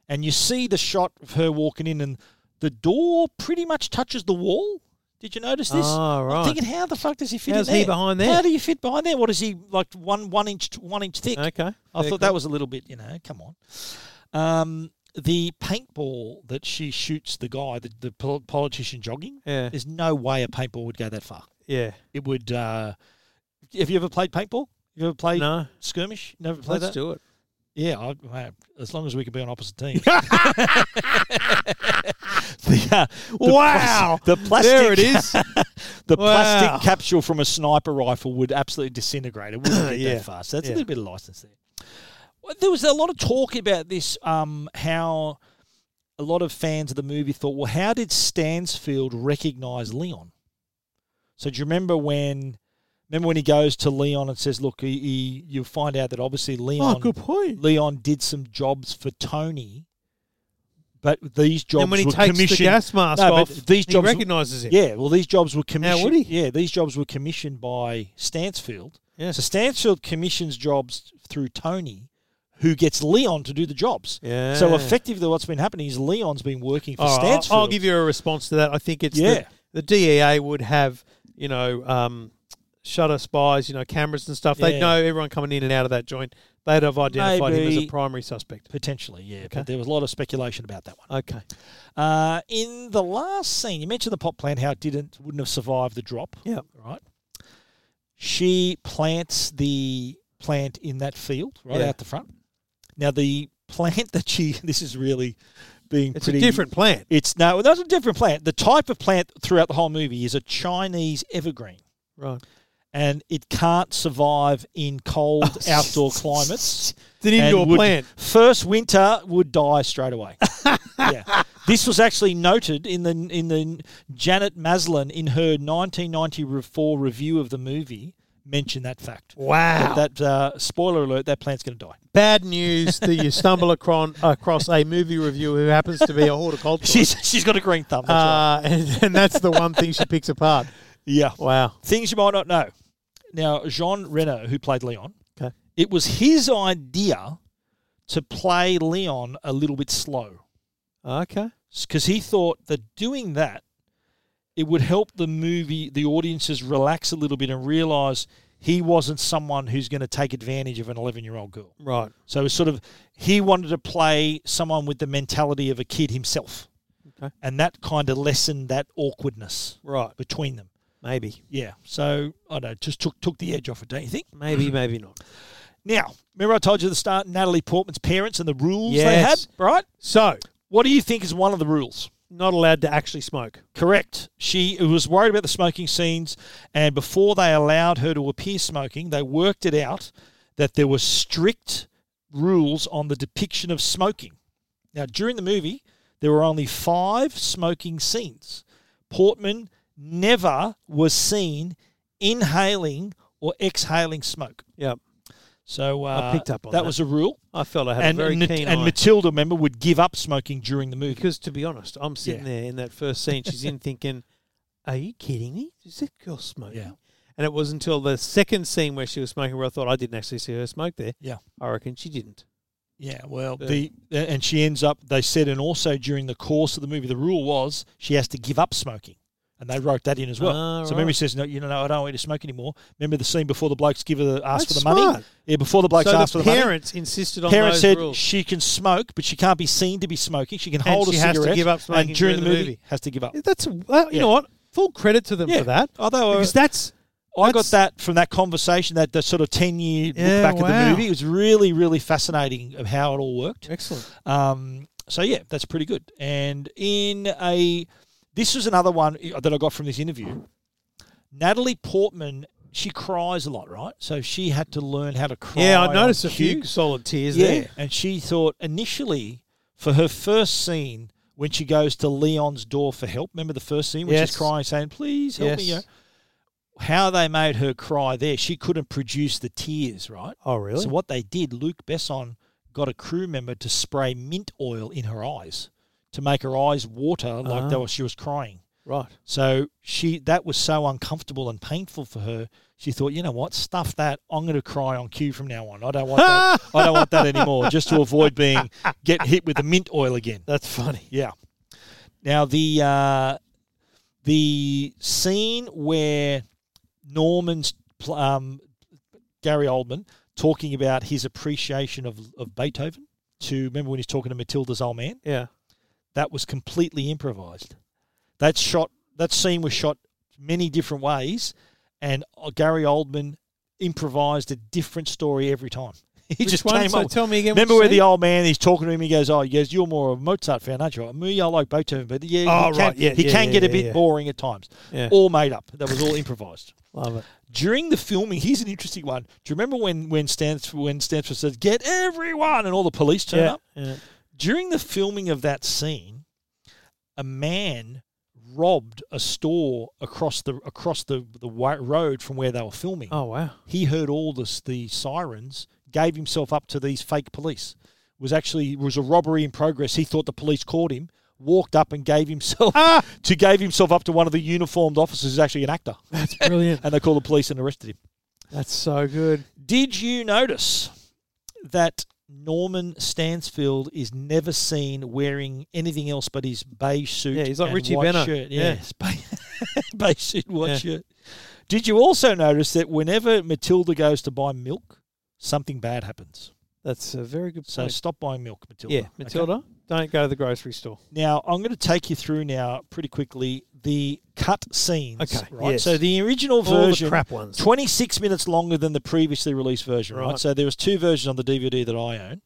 S1: and you see the shot of her walking in, and the door pretty much touches the wall. Did you notice this?
S2: Ah, right.
S1: I'm thinking, how the fuck does he fit
S2: How's
S1: in there?
S2: he behind there?
S1: How do you fit behind there? What is he like? One one inch one inch thick.
S2: Okay,
S1: I
S2: fair
S1: thought
S2: call.
S1: that was a little bit. You know, come on. Um, the paintball that she shoots the guy, the, the pol- politician jogging.
S2: Yeah.
S1: There's no way a paintball would go that far
S2: Yeah.
S1: it would. Uh, have you ever played paintball? You ever played
S2: No.
S1: skirmish? Never played
S2: Let's
S1: that.
S2: do it.
S1: Yeah, I, I- as long as we can be on opposite teams. the, uh, the
S2: Wow.
S1: plas- the plastic.
S2: There it is.
S1: the
S2: Wow.
S1: plastic capsule from a sniper rifle would absolutely disintegrate. It wouldn't get
S2: Yeah.
S1: that fast. That's
S2: Yeah.
S1: a little bit of license there. Well, There was a lot of talk about this. Um, how a lot of fans of the movie thought, well, how did Stansfield recognize Leon? So do you remember when? Remember when he goes to Leon and says, "Look, he, he, you find out that obviously Leon,
S2: Oh, good point.
S1: Leon did some jobs for Tony, but these jobs
S2: And when he
S1: were
S2: takes the
S1: commissioned.
S2: gas mask
S1: no, but
S2: off,
S1: these
S2: he
S1: jobs
S2: recognises him.
S1: Yeah, well, these jobs were commissioned.
S2: would he?
S1: Yeah, these jobs were commissioned by Stansfield.
S2: Yeah.
S1: So Stansfield commissions jobs through Tony, who gets Leon to do the jobs. So
S2: Yeah.
S1: effectively, what's been happening is Leon's been working for
S2: All right, I'll-
S1: Stansfield.
S2: I'll, give you a response to that. I think it's
S1: Yeah.
S2: the, the DEA would have, you know, um, shutter spies, you know, cameras and stuff. They'd
S1: Yeah.
S2: know everyone coming in and out of that joint. They'd have identified him as
S1: Maybe.
S2: a primary suspect.
S1: Potentially, yeah.
S2: Okay.
S1: But there was a lot of speculation about that one.
S2: Okay.
S1: Uh, in the last scene, you mentioned the pot plant, how it didn't wouldn't have survived the drop.
S2: Yeah.
S1: Right. She plants the plant in that field, right
S2: Yeah.
S1: out the front. Now the plant that she this is really being
S2: It's a
S1: pretty
S2: different plant.
S1: It's no, that's a different plant. The type of plant throughout the whole movie is a Chinese evergreen.
S2: Right.
S1: And it can't survive in cold outdoor climates.
S2: It's an
S1: and
S2: indoor
S1: would-
S2: plant.
S1: First winter would die straight away. yeah. This was actually noted in the in the Janet Maslin in her 1994 review of the movie mentioned that fact.
S2: Wow.
S1: That, that, uh, spoiler alert that plant's going to die.
S2: Bad news that you stumble across, across a movie reviewer who happens to be a horticulturist.
S1: She's she's got a green thumb. That's right.
S2: uh, and, and that's the one thing she picks apart.
S1: Yeah.
S2: Wow.
S1: Things you might not know. Now, Jean Reno, who played Leon,
S2: Okay.
S1: it was his idea to play Leon a little bit slow
S2: Okay.
S1: because he thought that doing that it would help the movie, the audiences relax a little bit and realize he wasn't someone who's going to take advantage of an 11 year old girl.
S2: Right.
S1: So it was sort of he wanted to play someone with the mentality of a kid himself.
S2: Okay.
S1: And that kind of lessened that awkwardness
S2: Right.
S1: between them.
S2: Maybe.
S1: Yeah. So I don't know, just took took the edge off it, don't you think?
S2: Maybe, maybe not.
S1: Now, remember I told you at the start Natalie Portman's parents and the rules they had,
S2: Yes.
S1: right?
S2: So,
S1: What do you think is one of the rules?
S2: not allowed to actually smoke.
S1: Correct. She was worried about the smoking scenes, and before they allowed her to appear smoking, they worked it out that there were strict rules on the depiction of smoking. Now, during the movie, There were only five smoking scenes. Portman never was seen inhaling or exhaling smoke.
S2: Yep.
S1: So uh,
S2: I picked up on
S1: that,
S2: that.
S1: was a rule.
S2: I felt I had
S1: and
S2: a very
S1: Nat-
S2: keen
S1: and
S2: eye.
S1: Matilda, remember, would give up smoking during the movie.
S2: because to be honest, I'm sitting
S1: Yeah.
S2: there in that first scene. She's in thinking, "Are you kidding me? Is that girl smoking?"
S1: Yeah.
S2: And it was until the second scene where she was smoking where I thought I didn't actually see her smoke there.
S1: Yeah.
S2: I reckon she didn't.
S1: Yeah, well,
S2: Yeah.
S1: the uh, and she ends up. They said, and also during the course of the movie, the rule was she has to give up smoking, and they wrote that in as well.
S2: Ah,
S1: so remember,
S2: right.
S1: she says, "No, you know, no, I don't want you to smoke anymore." Remember the scene before the blokes give her the, ask for
S2: That's
S1: the money.
S2: smart.
S1: Yeah, before the blokes
S2: so
S1: ask
S2: the
S1: for the money.
S2: parents insisted on
S1: Parents
S2: those
S1: said
S2: rules.
S1: she can smoke, but she can't be seen to be smoking. She can
S2: And
S1: hold
S2: she
S1: a
S2: has to
S1: cigarette,
S2: give up smoking
S1: and during the
S2: during
S1: movie,
S2: the movie.
S1: has to give up.
S2: That's well, you
S1: Yeah.
S2: know what? Full credit to them
S1: Yeah.
S2: for that.
S1: Although, uh,
S2: because that's
S1: I got
S2: that's-
S1: that from that conversation, that, that sort of 10 year look
S2: Yeah,
S1: back at the
S2: wow.
S1: movie. It was really, really fascinating of how it all worked.
S2: Excellent.
S1: Um, so, yeah, that's pretty good. And in a, this was another one that I got from this interview. Natalie Portman, she cries a lot, right? So she had to learn how to cry.
S2: Yeah, I
S1: on
S2: noticed a few
S1: cue.
S2: solid tears
S1: Oh, yeah.
S2: there.
S1: And she thought initially for her first scene when she goes to Leon's door for help, remember the first scene when
S2: Yes.
S1: she's crying, saying, please help me.
S2: Yes.
S1: you know, how they made her cry there, she couldn't produce the tears, right?
S2: Oh, really?
S1: So what they did, Luke Besson got a crew member to spray mint oil in her eyes to make her eyes water like they
S2: Ah.
S1: were, she was crying.
S2: Right.
S1: So she that was so uncomfortable and painful for her. She thought, you know what, stuff that. I'm going to cry on cue from now on. I don't want that. I don't want that anymore. Just to avoid being get hit with the mint oil again.
S2: That's funny.
S1: Yeah. Now the uh, the scene where Norman's pl- um, Gary Oldman talking about his appreciation of of Beethoven. To remember when he's talking to Matilda's old man
S2: Yeah.
S1: that was completely improvised. That shot, that scene was shot many different ways, and uh, Gary Oldman improvised a different story every time. He
S2: Which
S1: just
S2: one?
S1: came
S2: So
S1: up.
S2: tell me again which
S1: Remember where
S2: scene?
S1: the old man he's talking to him? He goes, "Oh, he goes, you're more of a Mozart fan, aren't you? I mean, I like Beethoven, but yeah,
S2: Oh,
S1: he
S2: right,
S1: can,
S2: yeah,
S1: he
S2: yeah,
S1: can
S2: yeah,
S1: get a
S2: yeah,
S1: bit
S2: yeah.
S1: boring at times.
S2: Yeah.
S1: All made up. That was all improvised."
S2: Love it.
S1: During the filming, here's an interesting one. Do you remember when when Stanford when Stanford says "Get everyone" and all the police turn
S2: Yeah.
S1: up?
S2: yeah.
S1: During the filming of that scene, a man robbed a store across the across the the wa- road from where they were filming.
S2: Oh wow.
S1: He heard all this the sirens, gave himself up to these fake police. Was actually was a robbery in progress. He thought the police caught him. Walked up and gave himself to gave himself up to one of the uniformed officers, who's actually an actor,
S2: That's brilliant.
S1: and they called the police and arrested him.
S2: That's so good.
S1: Did you notice that Norman Stansfield is never seen wearing anything else but his beige suit?
S2: Yeah, he's like
S1: and
S2: Richie
S1: white
S2: Benner.
S1: Shirt.
S2: Yeah.
S1: Yes, beige- beige suit, white
S2: Yeah.
S1: shirt. Did you also notice that whenever Matilda goes to buy milk, something bad happens?
S2: That's a very good
S1: So
S2: point.
S1: stop buying milk, Matilda.
S2: yeah,
S1: okay?
S2: Matilda, don't go to the grocery store.
S1: Now I'm going to take you through now pretty quickly the cut scenes.
S2: Okay,
S1: Right.
S2: yes.
S1: So the original
S2: All the
S1: version,
S2: crap ones.
S1: 26 minutes longer than the previously released version. Right.
S2: Right.
S1: So there was two versions on the DVD that I own.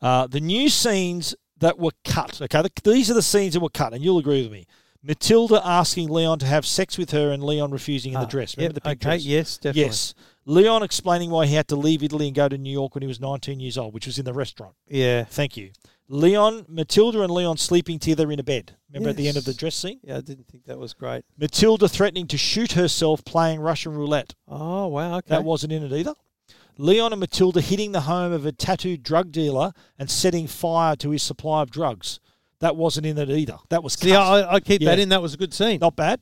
S1: Uh, the new scenes that were cut. Okay. The, these are the scenes that were cut, and you'll agree with me. Matilda asking Leon to have sex with her, and Leon refusing in the
S2: Ah,
S1: dress. Remember
S2: yep,
S1: the pink
S2: okay,
S1: dress?
S2: yes, definitely.
S1: Yes. Leon explaining why he had to leave Italy and go to New York when he was 19 years old, which was in the restaurant.
S2: Yeah.
S1: Thank you. Leon, Matilda, and Leon sleeping together in a bed. Remember at the end of the
S2: Yes.
S1: dress scene?
S2: Yeah, I didn't think that was great.
S1: Matilda threatening to shoot herself playing Russian roulette.
S2: Oh wow, okay.
S1: That wasn't in it either. Leon and Matilda hitting the home of a tattooed drug dealer and setting fire to his supply of drugs. That wasn't in it either. That was
S2: See,
S1: cut.
S2: I, I keep that
S1: Yeah.
S2: in. That was a good scene.
S1: not bad.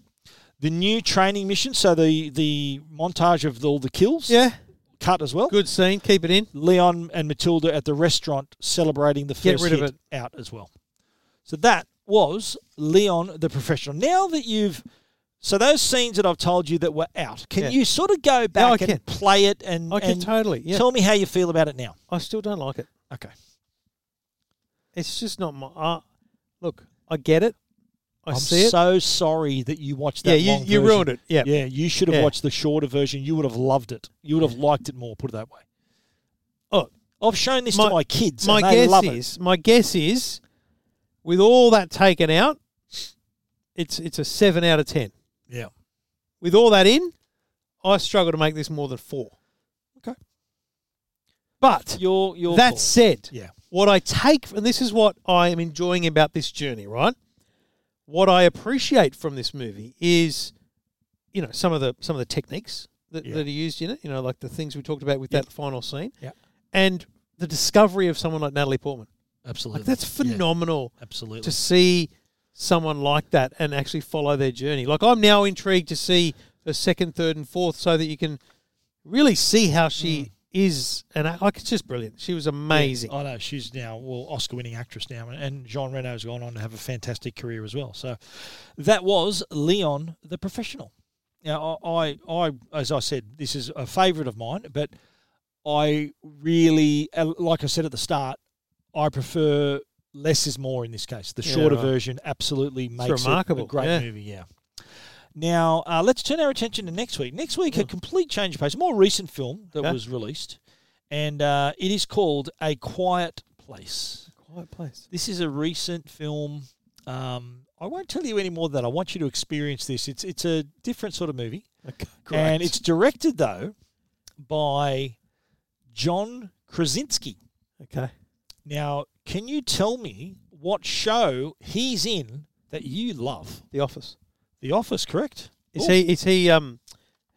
S1: The new training mission, so the the montage of all the kills,
S2: yeah,
S1: cut as well.
S2: good scene. Keep it in.
S1: Leon and Matilda at the restaurant celebrating the first
S2: Get rid of
S1: hit out as well. So that was Leon the professional. Now that you've so those scenes that I've told you that were out, can
S2: Yeah.
S1: you sort of go
S2: I
S1: back
S2: can.
S1: and play it and,
S2: I can
S1: and
S2: totally, yeah.
S1: tell me how you feel about it now?
S2: I still don't like it.
S1: Okay.
S2: It's just not my. Uh, look, I get it. I
S1: am
S2: see it.
S1: so sorry that you watched that.
S2: Yeah, you-
S1: long
S2: you
S1: version.
S2: ruined it. Yeah.
S1: yeah. You should have
S2: Yeah.
S1: watched the shorter version. You would have loved it. You would have liked it more. Put it that way.
S2: oh,
S1: I've shown this to my kids.
S2: My
S1: and they
S2: guess
S1: love it.
S2: is, my guess is, with all that taken out, it's it's a seven out of ten.
S1: yeah.
S2: With all that in, I struggle to make this more than four.
S1: Okay.
S2: But
S1: Your your
S2: that
S1: call.
S2: said,
S1: yeah.
S2: What I take, and this is what I am enjoying about this journey, right? What I appreciate from this movie is, you know, some of the some of the techniques that,
S1: Yeah.
S2: that are used in it. You know, like the things we talked about with that final scene.
S1: Yeah.
S2: And the discovery of someone like Natalie Portman.
S1: Absolutely.
S2: Like, that's
S1: Yeah.
S2: phenomenal.
S1: Absolutely.
S2: To see someone like that and actually follow their journey. Like I'm now intrigued to see her second, third, and fourth, so that you can really see how she is. And I, like it's just brilliant. She was amazing.
S1: Mm. Yeah, I know she's now well Oscar-winning actress now, and- and Jean Reno's gone on to have a fantastic career as well. So that was Leon the Professional. Now, I, I, I as I said, this is a favourite of mine, but I really, uh, like I said at the start, I prefer less is more in this case. The
S2: Yeah,
S1: shorter
S2: right.
S1: version absolutely
S2: It's
S1: makes
S2: remarkable,
S1: it a great
S2: yeah.
S1: movie. Yeah. Now, uh, let's turn our attention to next week. Next week, a complete change of pace, a more recent film that
S2: Okay.
S1: was released, and uh, it is called A Quiet Place.
S2: Quiet place.
S1: This is a recent film. Um, I won't tell you any more than that. I want you to experience this. It's it's a different sort of movie,
S2: Okay,
S1: and
S2: great.
S1: it's directed though by John Krasinski.
S2: Okay.
S1: Now, can you tell me what show he's in that you love?
S2: The Office.
S1: The Office, correct?
S2: Is
S1: Ooh.
S2: he? Is he? Um.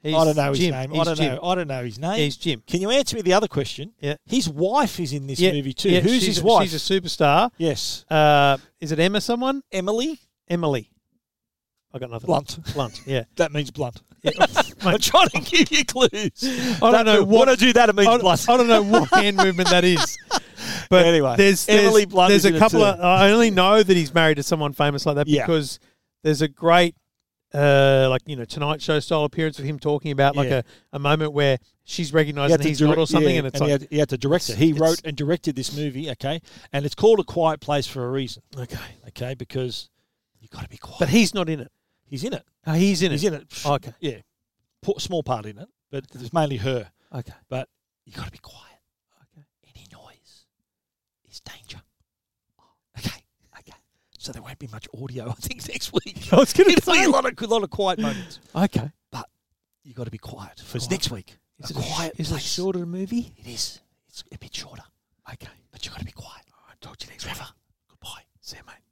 S2: He's
S1: I don't know his
S2: Jim.
S1: name. I
S2: He's
S1: don't
S2: Jim.
S1: know. I don't know his name.
S2: He's Jim.
S1: Can you answer me the other question?
S2: Yeah.
S1: His wife is in this
S2: Yeah,
S1: movie too.
S2: yeah,
S1: Who's
S2: she's
S1: his
S2: a-
S1: wife?
S2: She's a superstar.
S1: yes.
S2: Uh, is it Emma? Someone?
S1: Emily
S2: Emily. I got nothing.
S1: Blunt.
S2: Blunt. Yeah.
S1: That means blunt.
S2: Mate,
S1: I'm trying to give you clues. I
S2: I don't know what
S1: when I do that. It means
S2: I,
S1: blunt.
S2: I don't know what hand movement that is. But
S1: Anyway,
S2: there's, there's
S1: Emily Blunt
S2: There's
S1: is in
S2: a
S1: it
S2: couple of.
S1: too.
S2: I only know that he's married to someone famous like that
S1: Yeah.
S2: because there's a great, uh, like you know, Tonight Show style appearance of him talking about like
S1: Yeah.
S2: a, a moment where she's
S1: He
S2: recognising
S1: had to
S2: he's
S1: direct-
S2: not or something,
S1: yeah,
S2: and it's
S1: he,
S2: like
S1: had, he had to direct it.
S2: it's-
S1: He
S2: it's-
S1: wrote and directed this movie. Okay, and it's called A Quiet Place for a reason.
S2: Okay.
S1: Okay, because you got to be quiet.
S2: But he's not in it.
S1: He's in it.
S2: Oh, he's in
S1: He's
S2: it.
S1: in it.
S2: Okay.
S1: Yeah, Po- small part in it, but it's mainly her.
S2: Okay.
S1: But you got to be quiet.
S2: Okay.
S1: Any noise is danger. Oh, Okay. Okay. So there won't be much audio. I think next week.
S2: I was gonna
S1: It'll be
S2: say.
S1: a lot of a lot of quiet moments.
S2: Okay.
S1: But you got to be quiet for
S2: Quiet.
S1: next week.
S2: Is
S1: a
S2: it a sh-
S1: quiet
S2: is it a
S1: place.
S2: shorter movie?
S1: It is. It's a bit shorter,
S2: Okay.
S1: but you got to be quiet.
S2: All right. Talk to you next week.
S1: Trevor, goodbye.
S2: See you, mate.